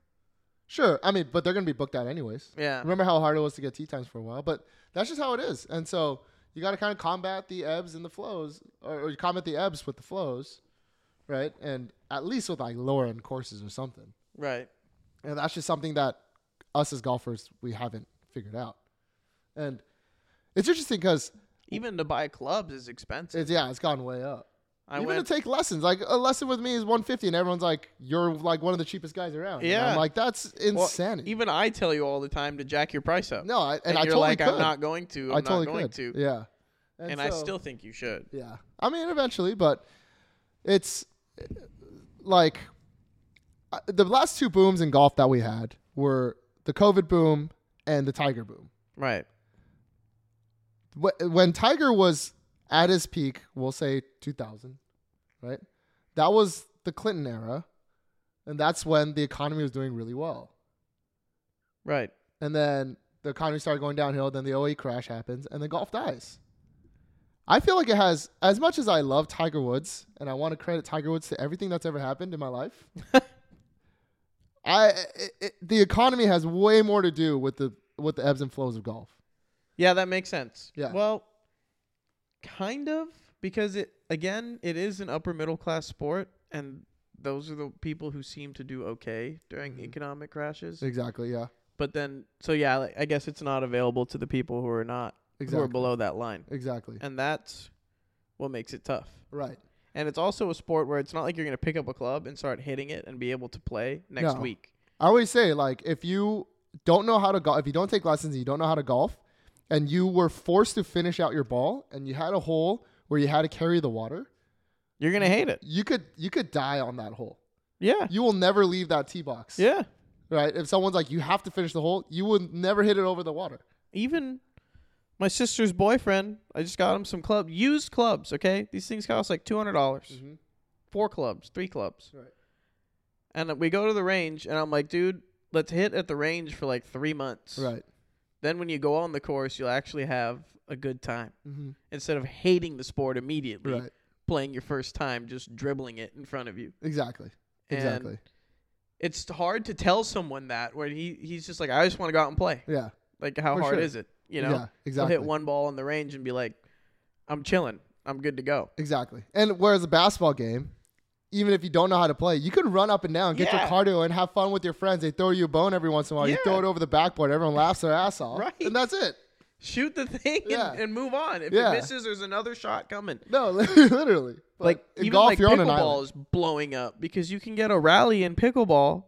Speaker 1: sure. I mean, but they're going to be booked out anyways.
Speaker 2: Yeah.
Speaker 1: Remember how hard it was to get tea times for a while, but that's just how it is. And so you got to kind of combat the ebbs and the flows, or, or you combat the ebbs with the flows, right? And at least with like lower end courses or something.
Speaker 2: Right.
Speaker 1: And that's just something that us as golfers we haven't figured out. And it's interesting because
Speaker 2: Even to buy clubs is expensive.
Speaker 1: it's yeah, it's gone way up.
Speaker 2: I
Speaker 1: Even
Speaker 2: went
Speaker 1: to take lessons, like a lesson with me is one fifty, and everyone's like, "You're like one of the cheapest guys around." And
Speaker 2: Yeah.
Speaker 1: I'm like that's
Speaker 2: Well,
Speaker 1: insanity.
Speaker 2: even I tell you all the time to jack your price up.
Speaker 1: no, I, and,
Speaker 2: and,
Speaker 1: I
Speaker 2: you're
Speaker 1: totally
Speaker 2: like,
Speaker 1: could.
Speaker 2: I'm not going to. I'm
Speaker 1: I totally
Speaker 2: not going
Speaker 1: could.
Speaker 2: to.
Speaker 1: Yeah.
Speaker 2: And, I
Speaker 1: so-
Speaker 2: still think you should.
Speaker 1: Yeah. I mean, eventually, but it's uh, like uh, the last two booms in golf that we had were the COVID boom and the Tiger boom.
Speaker 2: Right.
Speaker 1: Wh- When Tiger was at his peak, we'll say 2000, right? That was the Clinton era. And that's when the economy was doing really well.
Speaker 2: Right.
Speaker 1: and then the economy started going downhill. Then the OE crash happens, and then golf dies. I feel like it has, as much as I love Tiger Woods, and I want to credit Tiger Woods to everything that's ever happened in my life. I it, it, the economy has way more to do with the with the ebbs and flows of golf.
Speaker 2: Yeah, that makes sense.
Speaker 1: Yeah.
Speaker 2: Well, kind of because it again, it is an upper middle class sport, and those are the people who seem to do okay during
Speaker 1: Mhm.
Speaker 2: economic crashes.
Speaker 1: Exactly. Yeah.
Speaker 2: But then, so yeah, like, I guess it's not available to the people who are not who are
Speaker 1: Exactly.
Speaker 2: below that line,
Speaker 1: Exactly.
Speaker 2: and that's what makes it tough.
Speaker 1: Right.
Speaker 2: And it's also a sport where it's not like you're gonna pick up a club and start hitting it and be able to play next
Speaker 1: No.
Speaker 2: week.
Speaker 1: I always say like if you don't know how to golf, if you don't take lessons, and you don't know how to golf, and you were forced to finish out your ball, and you had a hole where you had to carry the water.
Speaker 2: You're gonna hate it.
Speaker 1: you could you could die on that hole.
Speaker 2: Yeah.
Speaker 1: You will never leave that tee box.
Speaker 2: Yeah.
Speaker 1: Right? If someone's like, you have to finish the hole, you will never hit it over the water.
Speaker 2: Even my sister's boyfriend, I just got him some club used clubs, okay? These things cost like two hundred dollars. Four clubs, three clubs.
Speaker 1: Right.
Speaker 2: And we go to the range and I'm like, dude, let's hit at the range for like three months.
Speaker 1: Right.
Speaker 2: Then when you go on the course, you'll actually have a good time
Speaker 1: Mhm.
Speaker 2: instead of hating the sport immediately.
Speaker 1: Right.
Speaker 2: Playing your first time, just dribbling it in front of you.
Speaker 1: Exactly.
Speaker 2: And
Speaker 1: Exactly.
Speaker 2: It's hard to tell someone that when he he's just like, I just want to go out and play.
Speaker 1: Yeah.
Speaker 2: Like, how
Speaker 1: For
Speaker 2: hard
Speaker 1: sure.
Speaker 2: is it? You know,
Speaker 1: Yeah. Exactly.
Speaker 2: he'll hit one ball on the range and be like, I'm chilling. I'm good to go.
Speaker 1: Exactly. And whereas a basketball game, even if you don't know how to play, you can run up and down, get
Speaker 2: Yeah.
Speaker 1: your cardio, and have fun with your friends. They throw you a bone every once in a while. You
Speaker 2: Yeah.
Speaker 1: throw it over the backboard, everyone laughs their ass off,
Speaker 2: Right.
Speaker 1: and that's it.
Speaker 2: Shoot the thing
Speaker 1: Yeah.
Speaker 2: and, and move on. If
Speaker 1: Yeah.
Speaker 2: it misses, there's another shot coming.
Speaker 1: No, literally. But
Speaker 2: Like
Speaker 1: in
Speaker 2: even
Speaker 1: golf,
Speaker 2: like
Speaker 1: you're on an
Speaker 2: pickleball
Speaker 1: island.
Speaker 2: is blowing up because you can get a rally in pickleball.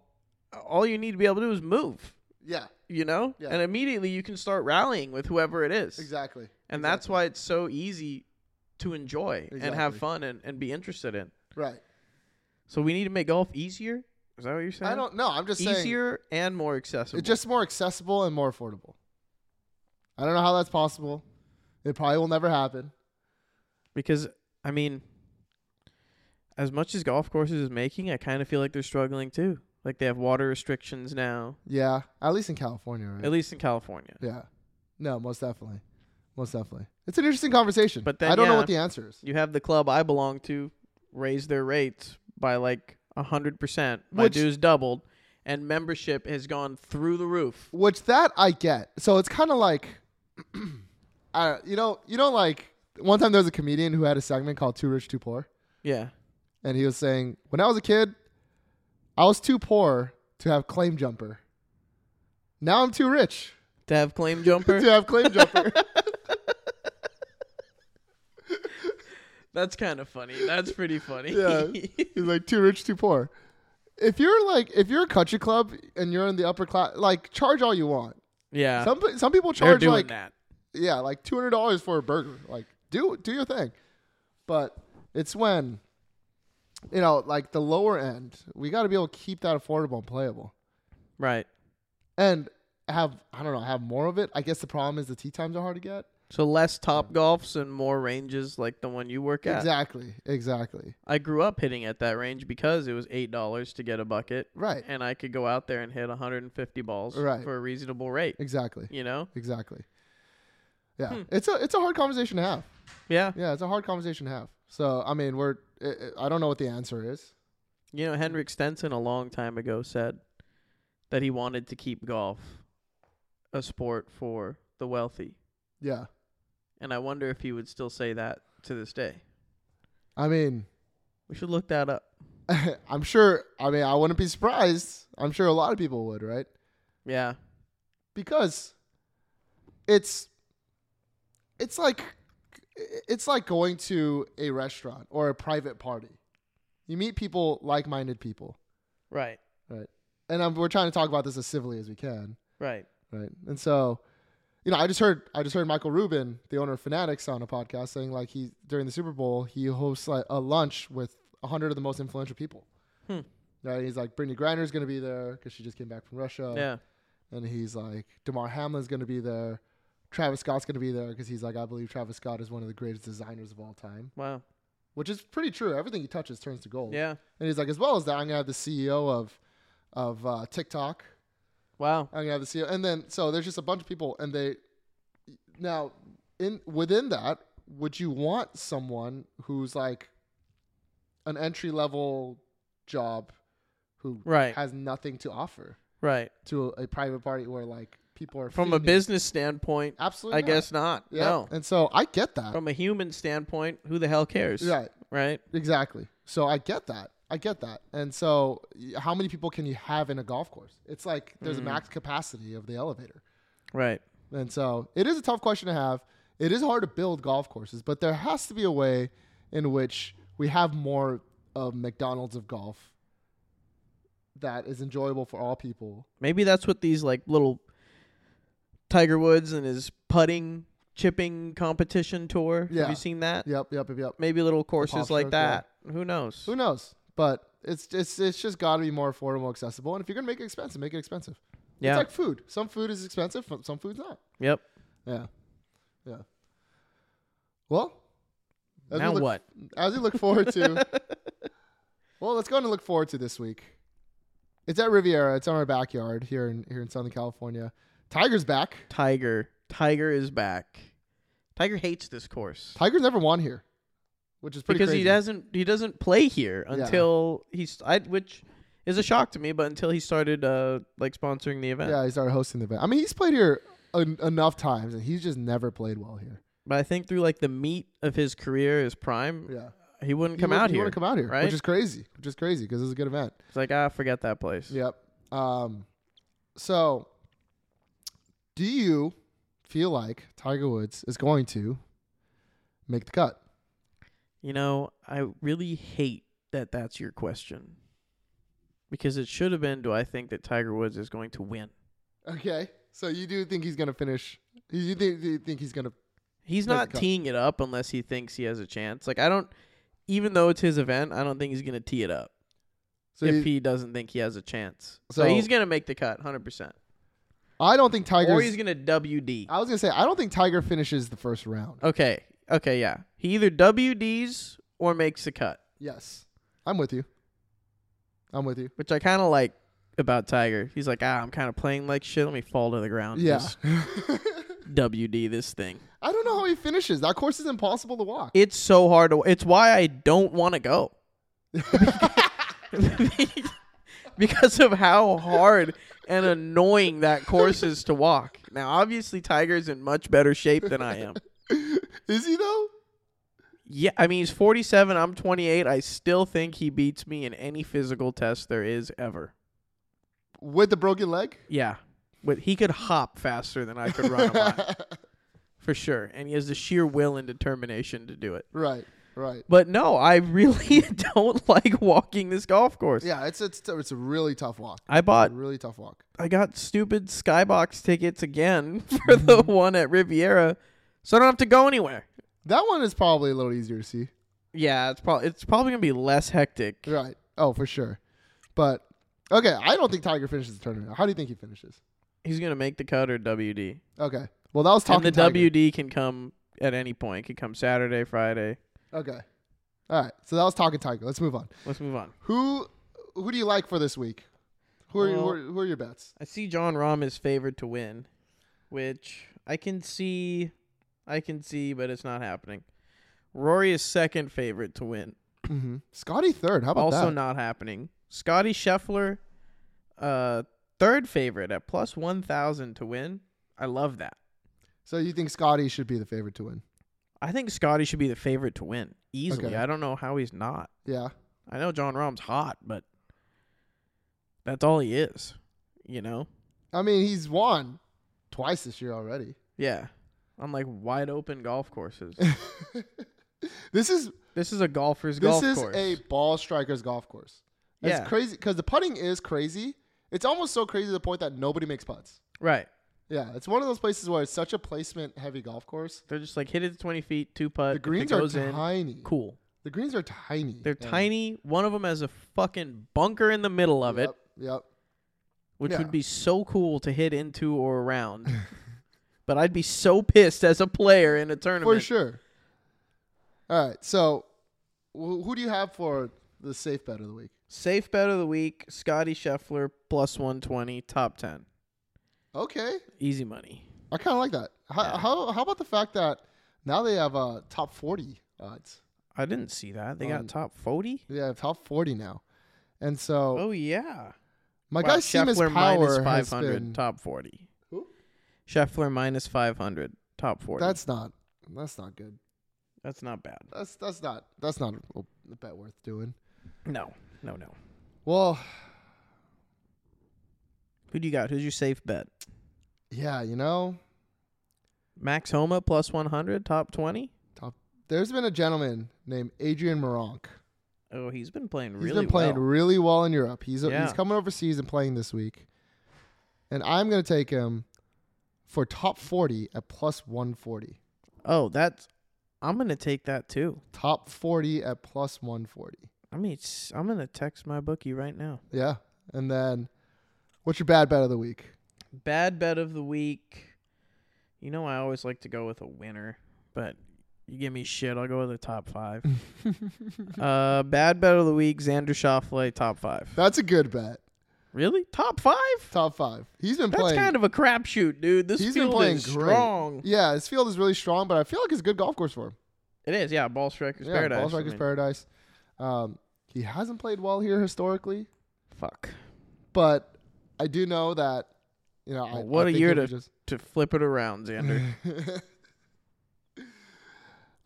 Speaker 2: All you need to be able to do is move.
Speaker 1: Yeah,
Speaker 2: You know,
Speaker 1: Yeah.
Speaker 2: and immediately you can start rallying with whoever it is.
Speaker 1: exactly.
Speaker 2: And that's why it's so easy to enjoy and have
Speaker 1: Exactly.
Speaker 2: fun and, and be interested in.
Speaker 1: Right.
Speaker 2: So we need to make golf easier. Is that what you're saying?
Speaker 1: I don't know. I'm just saying
Speaker 2: easier and more accessible.
Speaker 1: it's just more accessible and more affordable. I don't know how that's possible. It probably will never happen.
Speaker 2: because I mean, as much as golf courses is making, I kind of feel like they're struggling too. Like they have water restrictions now,
Speaker 1: Yeah, at least in California, right?
Speaker 2: at least in California.
Speaker 1: Yeah. No, most definitely. Most definitely. It's an interesting conversation.
Speaker 2: But then,
Speaker 1: I don't know
Speaker 2: yeah.
Speaker 1: what the answer is.
Speaker 2: You have the club I belong to raise their rates by like a hundred percent. My
Speaker 1: Which-
Speaker 2: dues doubled, and membership has gone through the roof.
Speaker 1: Which that I get. So it's kind of like, I, you know, you know, like one time there was a comedian who had a segment called "Too Rich, Too Poor,"
Speaker 2: Yeah,
Speaker 1: and he was saying, "When I was a kid, I was too poor to have claim jumper. Now I'm too rich
Speaker 2: to have claim
Speaker 1: to
Speaker 2: jumper.
Speaker 1: have claim jumper."
Speaker 2: That's kind of funny. That's pretty funny.
Speaker 1: Yeah. He's like too rich, too poor. If you're like, if you're a country club and you're in the upper class, like charge all you want.
Speaker 2: yeah.
Speaker 1: Some pe- some people
Speaker 2: they're
Speaker 1: charge
Speaker 2: doing
Speaker 1: like
Speaker 2: that.
Speaker 1: yeah, like two hundred dollars for a burger. Like, do do your thing. But it's when you know, like the lower end, we got to be able to keep that affordable and playable,
Speaker 2: Right.
Speaker 1: and have I don't know, have more of it. I guess the problem is the tee times are hard to get.
Speaker 2: So less top golfs and more ranges like the one you work at.
Speaker 1: Exactly, exactly,
Speaker 2: I grew up hitting at that range because it was eight dollars to get a bucket,
Speaker 1: right,
Speaker 2: and I could go out there and hit 150 balls
Speaker 1: Right.
Speaker 2: for a reasonable rate.
Speaker 1: exactly,
Speaker 2: You know,
Speaker 1: exactly. Yeah,
Speaker 2: Hmm.
Speaker 1: it's a it's a hard conversation to have.
Speaker 2: yeah.
Speaker 1: Yeah, it's a hard conversation to have. So I mean, we're i I I don't know what the answer is.
Speaker 2: You know, Henrik Stenson a long time ago said that he wanted to keep golf a sport for the wealthy,
Speaker 1: Yeah,
Speaker 2: and I wonder if he would still say that to this day.
Speaker 1: I mean.
Speaker 2: We should look that up.
Speaker 1: I'm sure. I mean, I wouldn't be surprised. I'm sure a lot of people would, right?
Speaker 2: Yeah,
Speaker 1: Because it's it's like it's like going to a restaurant or a private party. You meet people, like-minded people,
Speaker 2: right,
Speaker 1: and um we're trying to talk about this as civilly as we can,
Speaker 2: right.
Speaker 1: right? And so, you know, I just heard I just heard Michael Rubin, the owner of Fanatics, on a podcast saying like he during the Super Bowl he hosts like a lunch with hundred of the most influential people.
Speaker 2: Hmm.
Speaker 1: Right, he's like Brittany Griner's going to be there because she just came back from Russia.
Speaker 2: yeah,
Speaker 1: and he's like Damar Hamlin's going to be there. Travis Scott's going to be there because he's like I believe Travis Scott is one of the greatest designers of all time,
Speaker 2: wow.
Speaker 1: which is pretty true. Everything he touches turns to gold.
Speaker 2: Yeah,
Speaker 1: And he's like as well as that I'm going to have the CEO of of uh, TikTok.
Speaker 2: wow.
Speaker 1: I'm going to have the CEO. And then so there's just a bunch of people and they now in within that would you want someone who's like an entry level job who
Speaker 2: Right,
Speaker 1: has nothing to offer?
Speaker 2: right.
Speaker 1: to a, a private party where like people are
Speaker 2: From a
Speaker 1: fiending.
Speaker 2: business standpoint,
Speaker 1: Absolutely,
Speaker 2: I
Speaker 1: not.
Speaker 2: guess not.
Speaker 1: Yeah.
Speaker 2: No.
Speaker 1: And so I get that.
Speaker 2: From a human standpoint, who the hell cares?
Speaker 1: right.
Speaker 2: Right?
Speaker 1: Exactly. So I get that. I get that. And so y- how many people can you have in a golf course? It's like there's
Speaker 2: Hmm.
Speaker 1: a max capacity of the elevator.
Speaker 2: Right.
Speaker 1: And so it is a tough question to have. It is hard to build golf courses, but there has to be a way in which we have more of McDonald's of golf that is enjoyable for all people.
Speaker 2: Maybe that's what these like little Tiger Woods and his putting chipping competition tour.
Speaker 1: Yeah.
Speaker 2: Have you seen that?
Speaker 1: Yep, yep, yep, yep.
Speaker 2: Maybe little
Speaker 1: Pop
Speaker 2: courses
Speaker 1: Smoke,
Speaker 2: like that. Who knows?
Speaker 1: Who knows? But it's it's it's just got to be more affordable, accessible. And if you're gonna make it expensive, make it expensive.
Speaker 2: yeah.
Speaker 1: It's like food. Some food is expensive. f- Some food's not.
Speaker 2: yep.
Speaker 1: Yeah, yeah. Well, as
Speaker 2: Now
Speaker 1: we look,
Speaker 2: what?
Speaker 1: As we look forward to, well, let's go and look forward to this week. It's at Riviera. It's on our backyard here in here in Southern California. Tiger's back.
Speaker 2: Tiger. Tiger is back. Tiger hates this course
Speaker 1: Tiger never won here, which is pretty
Speaker 2: because
Speaker 1: crazy.
Speaker 2: he doesn't he doesn't play here
Speaker 1: Yeah.
Speaker 2: until he's I, which is a shock to me, but until he started uh like sponsoring the event.
Speaker 1: Yeah, he started hosting the event. I mean, he's played here en- enough times, and he's just never played well here.
Speaker 2: But I think through like the meat of his career, his prime,
Speaker 1: Yeah,
Speaker 2: he wouldn't come out here.
Speaker 1: Want to come out here,
Speaker 2: right?
Speaker 1: which is crazy, which is crazy because it's a good event.
Speaker 2: It's like ah, forget that place.
Speaker 1: Yep. Um, so, do you feel like Tiger Woods is going to make the cut?
Speaker 2: You know, I really hate that that's your question. Because it should have been do I think that Tiger Woods is going to win?
Speaker 1: Okay, so you do think he's going to finish? You think, you think he's going to?
Speaker 2: He's
Speaker 1: Make the
Speaker 2: not
Speaker 1: cut.
Speaker 2: teeing it up unless he thinks he has a chance. Like I don't even though it's his event, I don't think he's going to tee it up
Speaker 1: So
Speaker 2: if
Speaker 1: you-
Speaker 2: he doesn't think he has a chance. So,
Speaker 1: So-
Speaker 2: he's going to make the cut 100%.
Speaker 1: I don't think Tiger.
Speaker 2: Or he's going to WD.
Speaker 1: I was going to say I don't think Tiger finishes the first round.
Speaker 2: Okay. Okay, yeah. He either WDs or makes the cut,
Speaker 1: Yes, I'm with you. I'm with you.
Speaker 2: which I kind of like about Tiger. He's like, "Ah, I'm kind of playing like shit. Let me fall to the ground." and
Speaker 1: Yeah.
Speaker 2: just WD this thing.
Speaker 1: I don't know how he finishes. That course is impossible to walk.
Speaker 2: it's so hard to it's why i don't want to go because of how hard and annoying that course is to walk now obviously tiger's in much better shape than i am
Speaker 1: is he though?
Speaker 2: yeah i mean he's 47 i'm 28 i still think he beats me in any physical test there is ever
Speaker 1: With the broken leg?
Speaker 2: yeah but he could hop faster than i could run a mile for sure and he has the sheer will and determination to do it
Speaker 1: right, right.
Speaker 2: but no i really don't like walking this golf course
Speaker 1: Yeah, it's it's it's a really tough walk.
Speaker 2: i bought
Speaker 1: A really tough walk.
Speaker 2: I got stupid skybox tickets again for
Speaker 1: Mm-hmm.
Speaker 2: the one at Riviera, so I don't have to go anywhere.
Speaker 1: That one is probably a little easier to see.
Speaker 2: Yeah, it's probably it's probably gonna be less hectic.
Speaker 1: Right. Oh, for sure. But okay, I don't think Tiger finishes the tournament. How do you think he finishes?
Speaker 2: He's gonna make the cut or WD,
Speaker 1: Okay. Well, that was
Speaker 2: and
Speaker 1: talking
Speaker 2: the
Speaker 1: Tiger.
Speaker 2: WD can come at any point. It could come Saturday, Friday.
Speaker 1: Okay. All right. So that was talking Tiger. Let's move on.
Speaker 2: Let's move on.
Speaker 1: Who who do you like for this week? Who are, you- who
Speaker 2: Well-
Speaker 1: are who are your bets?
Speaker 2: I see John Rahm is favored to win, which I can see, I can see, but it's not happening. Rory is second favorite to win.
Speaker 1: Mm-hmm. Scotty third. How about
Speaker 2: also
Speaker 1: that?
Speaker 2: not happening. Scotty Scheffler, uh, third favorite at plus one thousand to win. I love that.
Speaker 1: so you think Scotty should be the favorite to win?
Speaker 2: I think Scotty should be the favorite to win easily.
Speaker 1: Okay.
Speaker 2: I don't know how he's not.
Speaker 1: Yeah.
Speaker 2: I know John Rahm's hot, but that's all he is. You know?
Speaker 1: I mean, he's won twice this year already.
Speaker 2: Yeah. On like wide open golf courses.
Speaker 1: this is
Speaker 2: this is a golfer's
Speaker 1: this
Speaker 2: golf
Speaker 1: is
Speaker 2: course.
Speaker 1: a ball strikers golf course. It's
Speaker 2: Yeah.
Speaker 1: crazy because the putting is crazy. It's almost so crazy to the point that nobody makes putts.
Speaker 2: right.
Speaker 1: Yeah, it's one of those places where it's such a placement heavy golf course.
Speaker 2: They're just like hit it to twenty feet, two
Speaker 1: The
Speaker 2: putt. if Uh, it
Speaker 1: greens are
Speaker 2: goes in,
Speaker 1: tiny.
Speaker 2: cool.
Speaker 1: The greens are tiny.
Speaker 2: They're
Speaker 1: And-
Speaker 2: tiny. One of them has a fucking bunker in the middle of it.
Speaker 1: Yep. yep.
Speaker 2: which
Speaker 1: Yeah.
Speaker 2: would be so cool to hit into or around. but I'd be so pissed as a player in a tournament.
Speaker 1: For sure. All right. So, wh- who do you have for the safe bet of the week?
Speaker 2: Safe bet of the week: Scotty Scheffler plus one twenty, top ten,
Speaker 1: Okay.
Speaker 2: easy money.
Speaker 1: I kind of like that. How, how how about the fact that now they have uh, top forty odds?
Speaker 2: I didn't see that they
Speaker 1: Um,
Speaker 2: got top forty.
Speaker 1: They have top forty now, and so
Speaker 2: Oh yeah,
Speaker 1: my
Speaker 2: Wow,
Speaker 1: guy Seamus
Speaker 2: Scheffler minus
Speaker 1: Power
Speaker 2: five
Speaker 1: has
Speaker 2: hundred,
Speaker 1: been.
Speaker 2: top forty.
Speaker 1: Who?
Speaker 2: Scheffler minus five hundred, top forty.
Speaker 1: That's not that's not good.
Speaker 2: that's not bad.
Speaker 1: That's that's not that's not a, a bet worth doing.
Speaker 2: No, no, no.
Speaker 1: Well,
Speaker 2: Who do you got? Who's your safe bet?
Speaker 1: yeah, you know,
Speaker 2: Max Homa plus one hundred, top twenty.
Speaker 1: there's been a gentleman named Adrian Moronk.
Speaker 2: Oh, he's been playing
Speaker 1: He's
Speaker 2: really
Speaker 1: been playing
Speaker 2: well.
Speaker 1: really well in Europe. He's he's
Speaker 2: Yeah.
Speaker 1: coming overseas and playing this week, and I'm gonna take him for top forty at plus one forty.
Speaker 2: Oh, that's. I'm gonna take that too.
Speaker 1: Top forty at plus one forty.
Speaker 2: I mean, it's, I'm gonna text my bookie right now.
Speaker 1: Yeah, and then what's your bad bet of the week?
Speaker 2: Bad bet of the week. You know, I always like to go with a winner, but you give me shit, I'll go with a top five. uh, bad bet of the week: Xander Schauffele, top five.
Speaker 1: That's a good bet.
Speaker 2: Really? Top five?
Speaker 1: Top five. He's been
Speaker 2: That's
Speaker 1: playing.
Speaker 2: kind of a crapshoot, dude. This
Speaker 1: he's been
Speaker 2: field
Speaker 1: playing
Speaker 2: is
Speaker 1: great.
Speaker 2: strong.
Speaker 1: Yeah, his field is really strong, but I feel like it's a good golf course for him.
Speaker 2: It is, yeah. Ball strikers
Speaker 1: yeah,
Speaker 2: paradise.
Speaker 1: Ball
Speaker 2: I
Speaker 1: Strikers
Speaker 2: mean,
Speaker 1: Paradise. Um, he hasn't played well here historically,
Speaker 2: Fuck.
Speaker 1: but I do know that you know. I-
Speaker 2: Well,
Speaker 1: I,
Speaker 2: what a
Speaker 1: think
Speaker 2: year
Speaker 1: he
Speaker 2: to-
Speaker 1: would just
Speaker 2: To flip it around,
Speaker 1: Mm-hmm.
Speaker 2: Xander.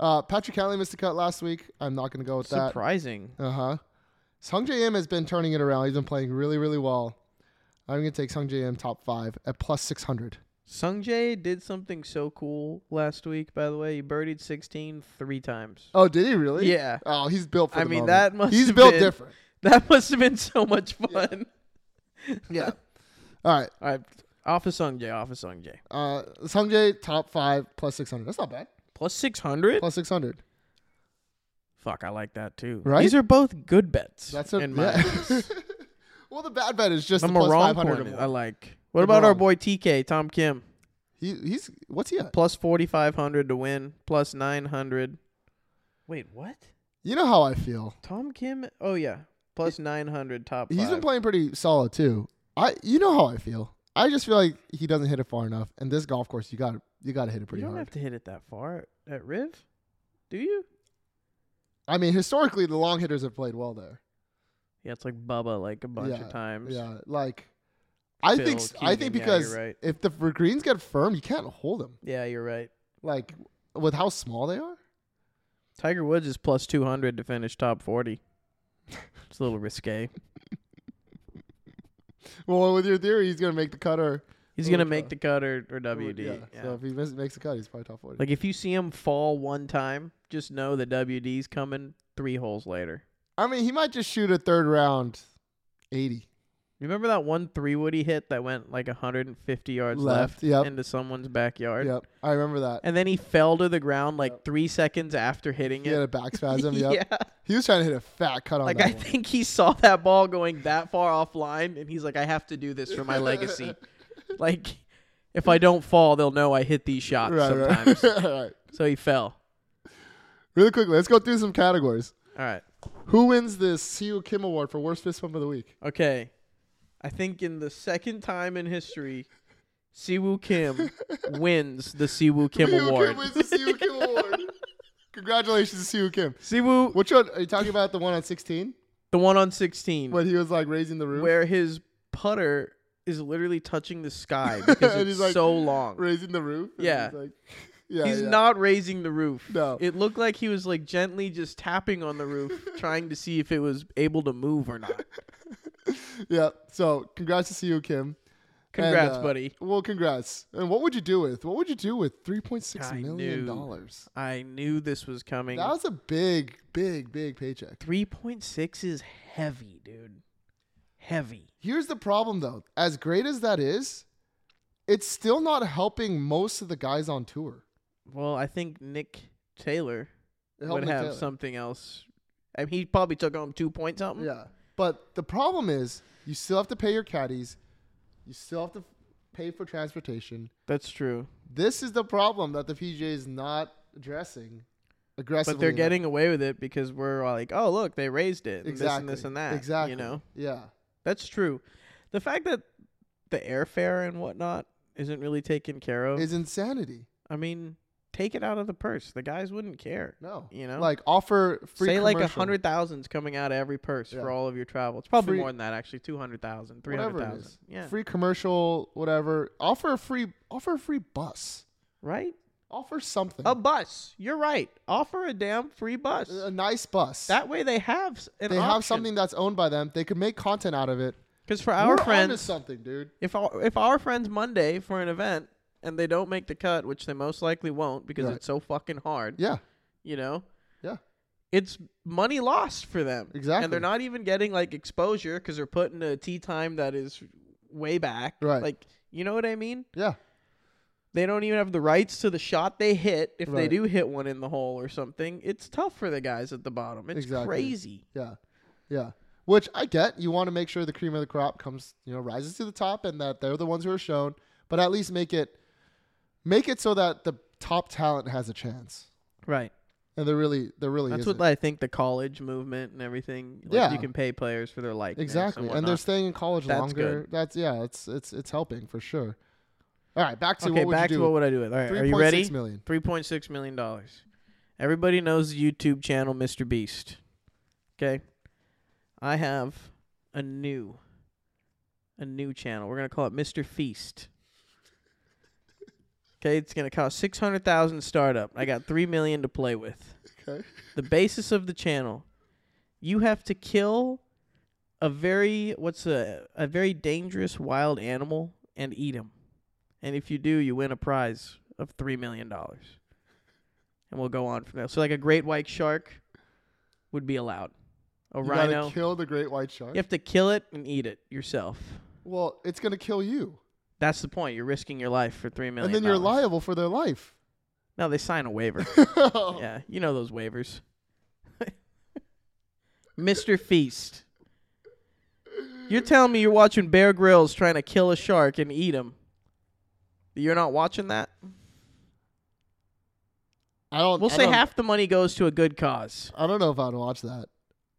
Speaker 1: uh, Patrick Kelly missed a cut last week. I'm not going to go with that.
Speaker 2: Surprising.
Speaker 1: Uh huh. Sung J M has been turning it around. He's been playing really, really well. I'm going to take Sung J M top five at plus 600.
Speaker 2: Sungjae did something so cool last week, by the way. He birdied 16 three times.
Speaker 1: Oh, did he really?
Speaker 2: Yeah.
Speaker 1: Oh, he's built for
Speaker 2: I
Speaker 1: the
Speaker 2: mean,
Speaker 1: moment.
Speaker 2: that must
Speaker 1: He's
Speaker 2: have
Speaker 1: built
Speaker 2: been-
Speaker 1: different.
Speaker 2: That must have been so much fun.
Speaker 1: Yeah. All right.
Speaker 2: All right. Off of Sungjae, off of Sungjae.
Speaker 1: Uh, Sung J top five plus 600. That's not bad.
Speaker 2: Plus 600?
Speaker 1: Plus 600.
Speaker 2: Fuck, I like that too.
Speaker 1: Right?
Speaker 2: These are both good bets.
Speaker 1: That's a.
Speaker 2: in my
Speaker 1: yeah.
Speaker 2: eyes.
Speaker 1: well, the bad bet is just the
Speaker 2: I'm
Speaker 1: plus
Speaker 2: a wrong
Speaker 1: 500.
Speaker 2: one.
Speaker 1: or more.
Speaker 2: I like. What
Speaker 1: The
Speaker 2: about our
Speaker 1: wrong.
Speaker 2: boy TK, Tom Kim?
Speaker 1: He, he's. What's he at?
Speaker 2: Plus 4,500 to win, plus 900. Wait, what?
Speaker 1: You know how I feel.
Speaker 2: Tom Kim? Oh, yeah. Plus 900 top
Speaker 1: He's been
Speaker 2: five.
Speaker 1: playing pretty solid too. I you know how I feel. I just feel like he doesn't hit it far enough. And this golf course, you got you got to hit it
Speaker 2: you
Speaker 1: pretty
Speaker 2: don't
Speaker 1: hard.
Speaker 2: have to hit it that far at Riv, do you?
Speaker 1: I mean, historically, the long hitters have played well there.
Speaker 2: Yeah, it's like Bubba like a bunch
Speaker 1: Yeah,
Speaker 2: of times.
Speaker 1: Yeah, like I
Speaker 2: Phil,
Speaker 1: think s- I think
Speaker 2: Keegan, yeah, you're
Speaker 1: because
Speaker 2: right.
Speaker 1: if the for greens get firm, you can't hold them.
Speaker 2: Yeah, you're right.
Speaker 1: Like with how small they are.
Speaker 2: Tiger Woods is plus 200 to finish top 40. It's a little risque.
Speaker 1: Well, with your theory, he's gonna make the cutter.
Speaker 2: He's
Speaker 1: Or
Speaker 2: going to
Speaker 1: WD.
Speaker 2: make the cut or, or WD. yeah.
Speaker 1: So if he miss, makes the cut, he's probably top forty.
Speaker 2: Like if you see him fall one time, just know the WD's coming three holes later.
Speaker 1: I mean, he might just shoot a third round, eighty.
Speaker 2: You remember that one three wood he hit that went like 150 yards
Speaker 1: Left,
Speaker 2: left,
Speaker 1: yep.
Speaker 2: into someone's backyard?
Speaker 1: Yep, I remember that.
Speaker 2: And then he fell to the ground like
Speaker 1: Yep.
Speaker 2: three seconds after hitting
Speaker 1: He had
Speaker 2: it.
Speaker 1: a back spasm. Yep.
Speaker 2: yeah.
Speaker 1: He was trying to hit a fat cut on
Speaker 2: Like
Speaker 1: that
Speaker 2: I
Speaker 1: one.
Speaker 2: think he saw that ball going that far offline and he's like, I have to do this for my legacy. like if I don't fall, they'll know I hit these shots
Speaker 1: right,
Speaker 2: sometimes.
Speaker 1: right. All right.
Speaker 2: so he fell.
Speaker 1: Really quickly, let's go through some categories.
Speaker 2: All right.
Speaker 1: Who wins the Siu Kim Award for worst fist pump of the week?
Speaker 2: Okay. I think in the second time in history, Siwoo Kim wins the Siwoo Kim
Speaker 1: Siwoo
Speaker 2: Award.
Speaker 1: Kim wins the Siwoo Kim Award. Congratulations to Siwoo Kim.
Speaker 2: Siwoo,
Speaker 1: Which one? Are you talking about the one on 16
Speaker 2: the one on 16,
Speaker 1: when he was like raising the roof?
Speaker 2: where his putter is literally touching the sky because
Speaker 1: And
Speaker 2: it's
Speaker 1: he's like,
Speaker 2: so long.
Speaker 1: Raising the roof? And
Speaker 2: Yeah.
Speaker 1: He's, like, yeah,
Speaker 2: He's
Speaker 1: yeah.
Speaker 2: not raising the roof.
Speaker 1: No.
Speaker 2: It looked like he was like gently just tapping on the roof, trying to see if it was able to move or not.
Speaker 1: Yeah. So congrats to Siwoo Kim. And,
Speaker 2: Congrats,
Speaker 1: uh,
Speaker 2: buddy.
Speaker 1: Well, congrats. And what would you do with? What would you do with $3.6
Speaker 2: I
Speaker 1: million?
Speaker 2: knew.
Speaker 1: dollars?
Speaker 2: I knew this was coming.
Speaker 1: That was a big, big, big paycheck.
Speaker 2: 3.6 is heavy, dude. Heavy.
Speaker 1: Here's the problem though. As great as that is, it's still not helping most of the guys on tour.
Speaker 2: Well, I think Nick Taylor
Speaker 1: It helped
Speaker 2: would
Speaker 1: Nick
Speaker 2: have
Speaker 1: Taylor.
Speaker 2: something else. I mean, he probably took home two point something.
Speaker 1: Yeah. But the problem is you still have to pay your caddies. You still have to f- pay for transportation.
Speaker 2: that's true.
Speaker 1: This is the problem that the PGA is not addressing aggressively.
Speaker 2: But they're
Speaker 1: enough.
Speaker 2: getting away with it because we're like, oh look, they raised it, and this and this and that.
Speaker 1: Exactly.
Speaker 2: You know,
Speaker 1: Yeah.
Speaker 2: that's true. The fact that the airfare and whatnot isn't really taken care of.
Speaker 1: It's insanity.
Speaker 2: I mean, take it out of the purse. The guys wouldn't care.
Speaker 1: No.
Speaker 2: You know?
Speaker 1: Like offer free
Speaker 2: Say like a
Speaker 1: commercial,
Speaker 2: hundred thousand's coming out of every purse
Speaker 1: Yeah.
Speaker 2: for all of your travel. It's probably
Speaker 1: Free-
Speaker 2: more than that actually. Two hundred thousand, three
Speaker 1: whatever
Speaker 2: hundred
Speaker 1: it
Speaker 2: thousand.
Speaker 1: is.
Speaker 2: Yeah.
Speaker 1: Free commercial, whatever. Offer a free offer a free bus.
Speaker 2: right?
Speaker 1: Offer something.
Speaker 2: A bus. You're right. Offer a damn free bus.
Speaker 1: a nice bus.
Speaker 2: That way they have s- an
Speaker 1: Uh, they have something that's owned by them. They could make content out of it.
Speaker 2: because for
Speaker 1: We're
Speaker 2: our
Speaker 1: onto
Speaker 2: friends,
Speaker 1: something, dude.
Speaker 2: if our, if our friends Monday for an event and they don't make the cut, which they most likely won't because
Speaker 1: Right.
Speaker 2: it's so fucking hard,
Speaker 1: Yeah,
Speaker 2: you know,
Speaker 1: yeah,
Speaker 2: it's money lost for them.
Speaker 1: Exactly.
Speaker 2: and they're not even getting like exposure because they're putting a tea time that is way back.
Speaker 1: Right.
Speaker 2: like you know what I mean.
Speaker 1: yeah.
Speaker 2: They don't even have the rights to the shot they hit if they
Speaker 1: Right.
Speaker 2: do hit one in the hole or something. It's tough for the guys at the bottom. It's
Speaker 1: Exactly.
Speaker 2: crazy.
Speaker 1: Yeah, yeah. Which I get. You want to make sure the cream of the crop comes, you know, rises to the top, and that they're the ones who are shown. But at least make it, make it so that the top talent has a chance.
Speaker 2: Right.
Speaker 1: and there really there really
Speaker 2: That's
Speaker 1: isn't.
Speaker 2: what I think the college movement and everything. Like,
Speaker 1: Yeah.
Speaker 2: you can pay players for their likeness.
Speaker 1: exactly,
Speaker 2: and,
Speaker 1: and they're staying in college
Speaker 2: That's
Speaker 1: longer. That's yeah, it's it's it's helping for sure. All right, back to
Speaker 2: whatnot.
Speaker 1: what
Speaker 2: okay.
Speaker 1: would
Speaker 2: Back
Speaker 1: you
Speaker 2: to
Speaker 1: do?
Speaker 2: what would I do with? All right, are you
Speaker 1: 3.6
Speaker 2: ready?
Speaker 1: million.
Speaker 2: Three point six million dollars. Everybody knows the YouTube channel Mr. Beast. Okay, I have a new, a new channel. We're gonna call it Mr. Feast. Okay, it's gonna cost six hundred thousand startup. I got three million to play with.
Speaker 1: Okay.
Speaker 2: The basis of the channel, you have to kill a very what's a a very dangerous wild animal and eat him. And if you do, you win a prize of three million dollars. And we'll go on from there. So like a great white shark would be allowed. A
Speaker 1: You
Speaker 2: rhino.
Speaker 1: gotta kill the great white shark.
Speaker 2: you have to kill it and eat it yourself.
Speaker 1: Well, it's gonna kill you,
Speaker 2: That's the point. You're risking your life for three million.
Speaker 1: and then you're
Speaker 2: dollars.
Speaker 1: liable for their life.
Speaker 2: No, they sign a waiver.
Speaker 1: Oh.
Speaker 2: yeah, you know those waivers. Mr. Feast. You're telling me you're watching Bear Grylls trying to kill a shark and eat him. You're not watching that?
Speaker 1: I don't.
Speaker 2: We'll
Speaker 1: I
Speaker 2: say
Speaker 1: don't-
Speaker 2: half the money goes to a good cause.
Speaker 1: I don't know if I'd watch that.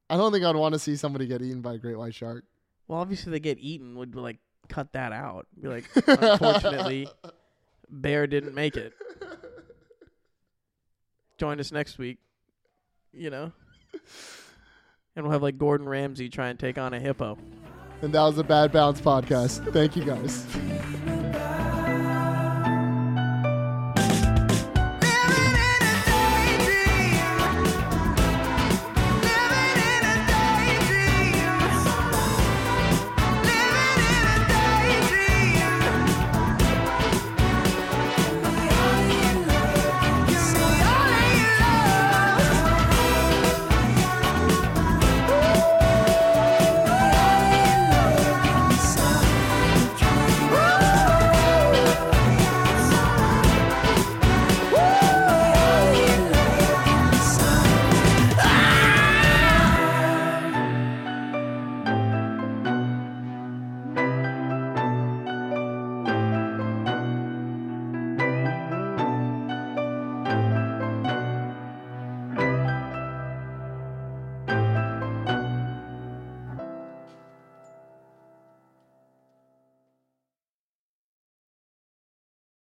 Speaker 1: I don't think I'd want to see somebody get eaten by a great white shark.
Speaker 2: Well, obviously they get eaten would like cut that out. Be like, unfortunately, Bear didn't make it. Join us next week, you know. And we'll have like Gordon Ramsay try and take on a hippo.
Speaker 1: And that was the Bad Bounce podcast. Thank you guys.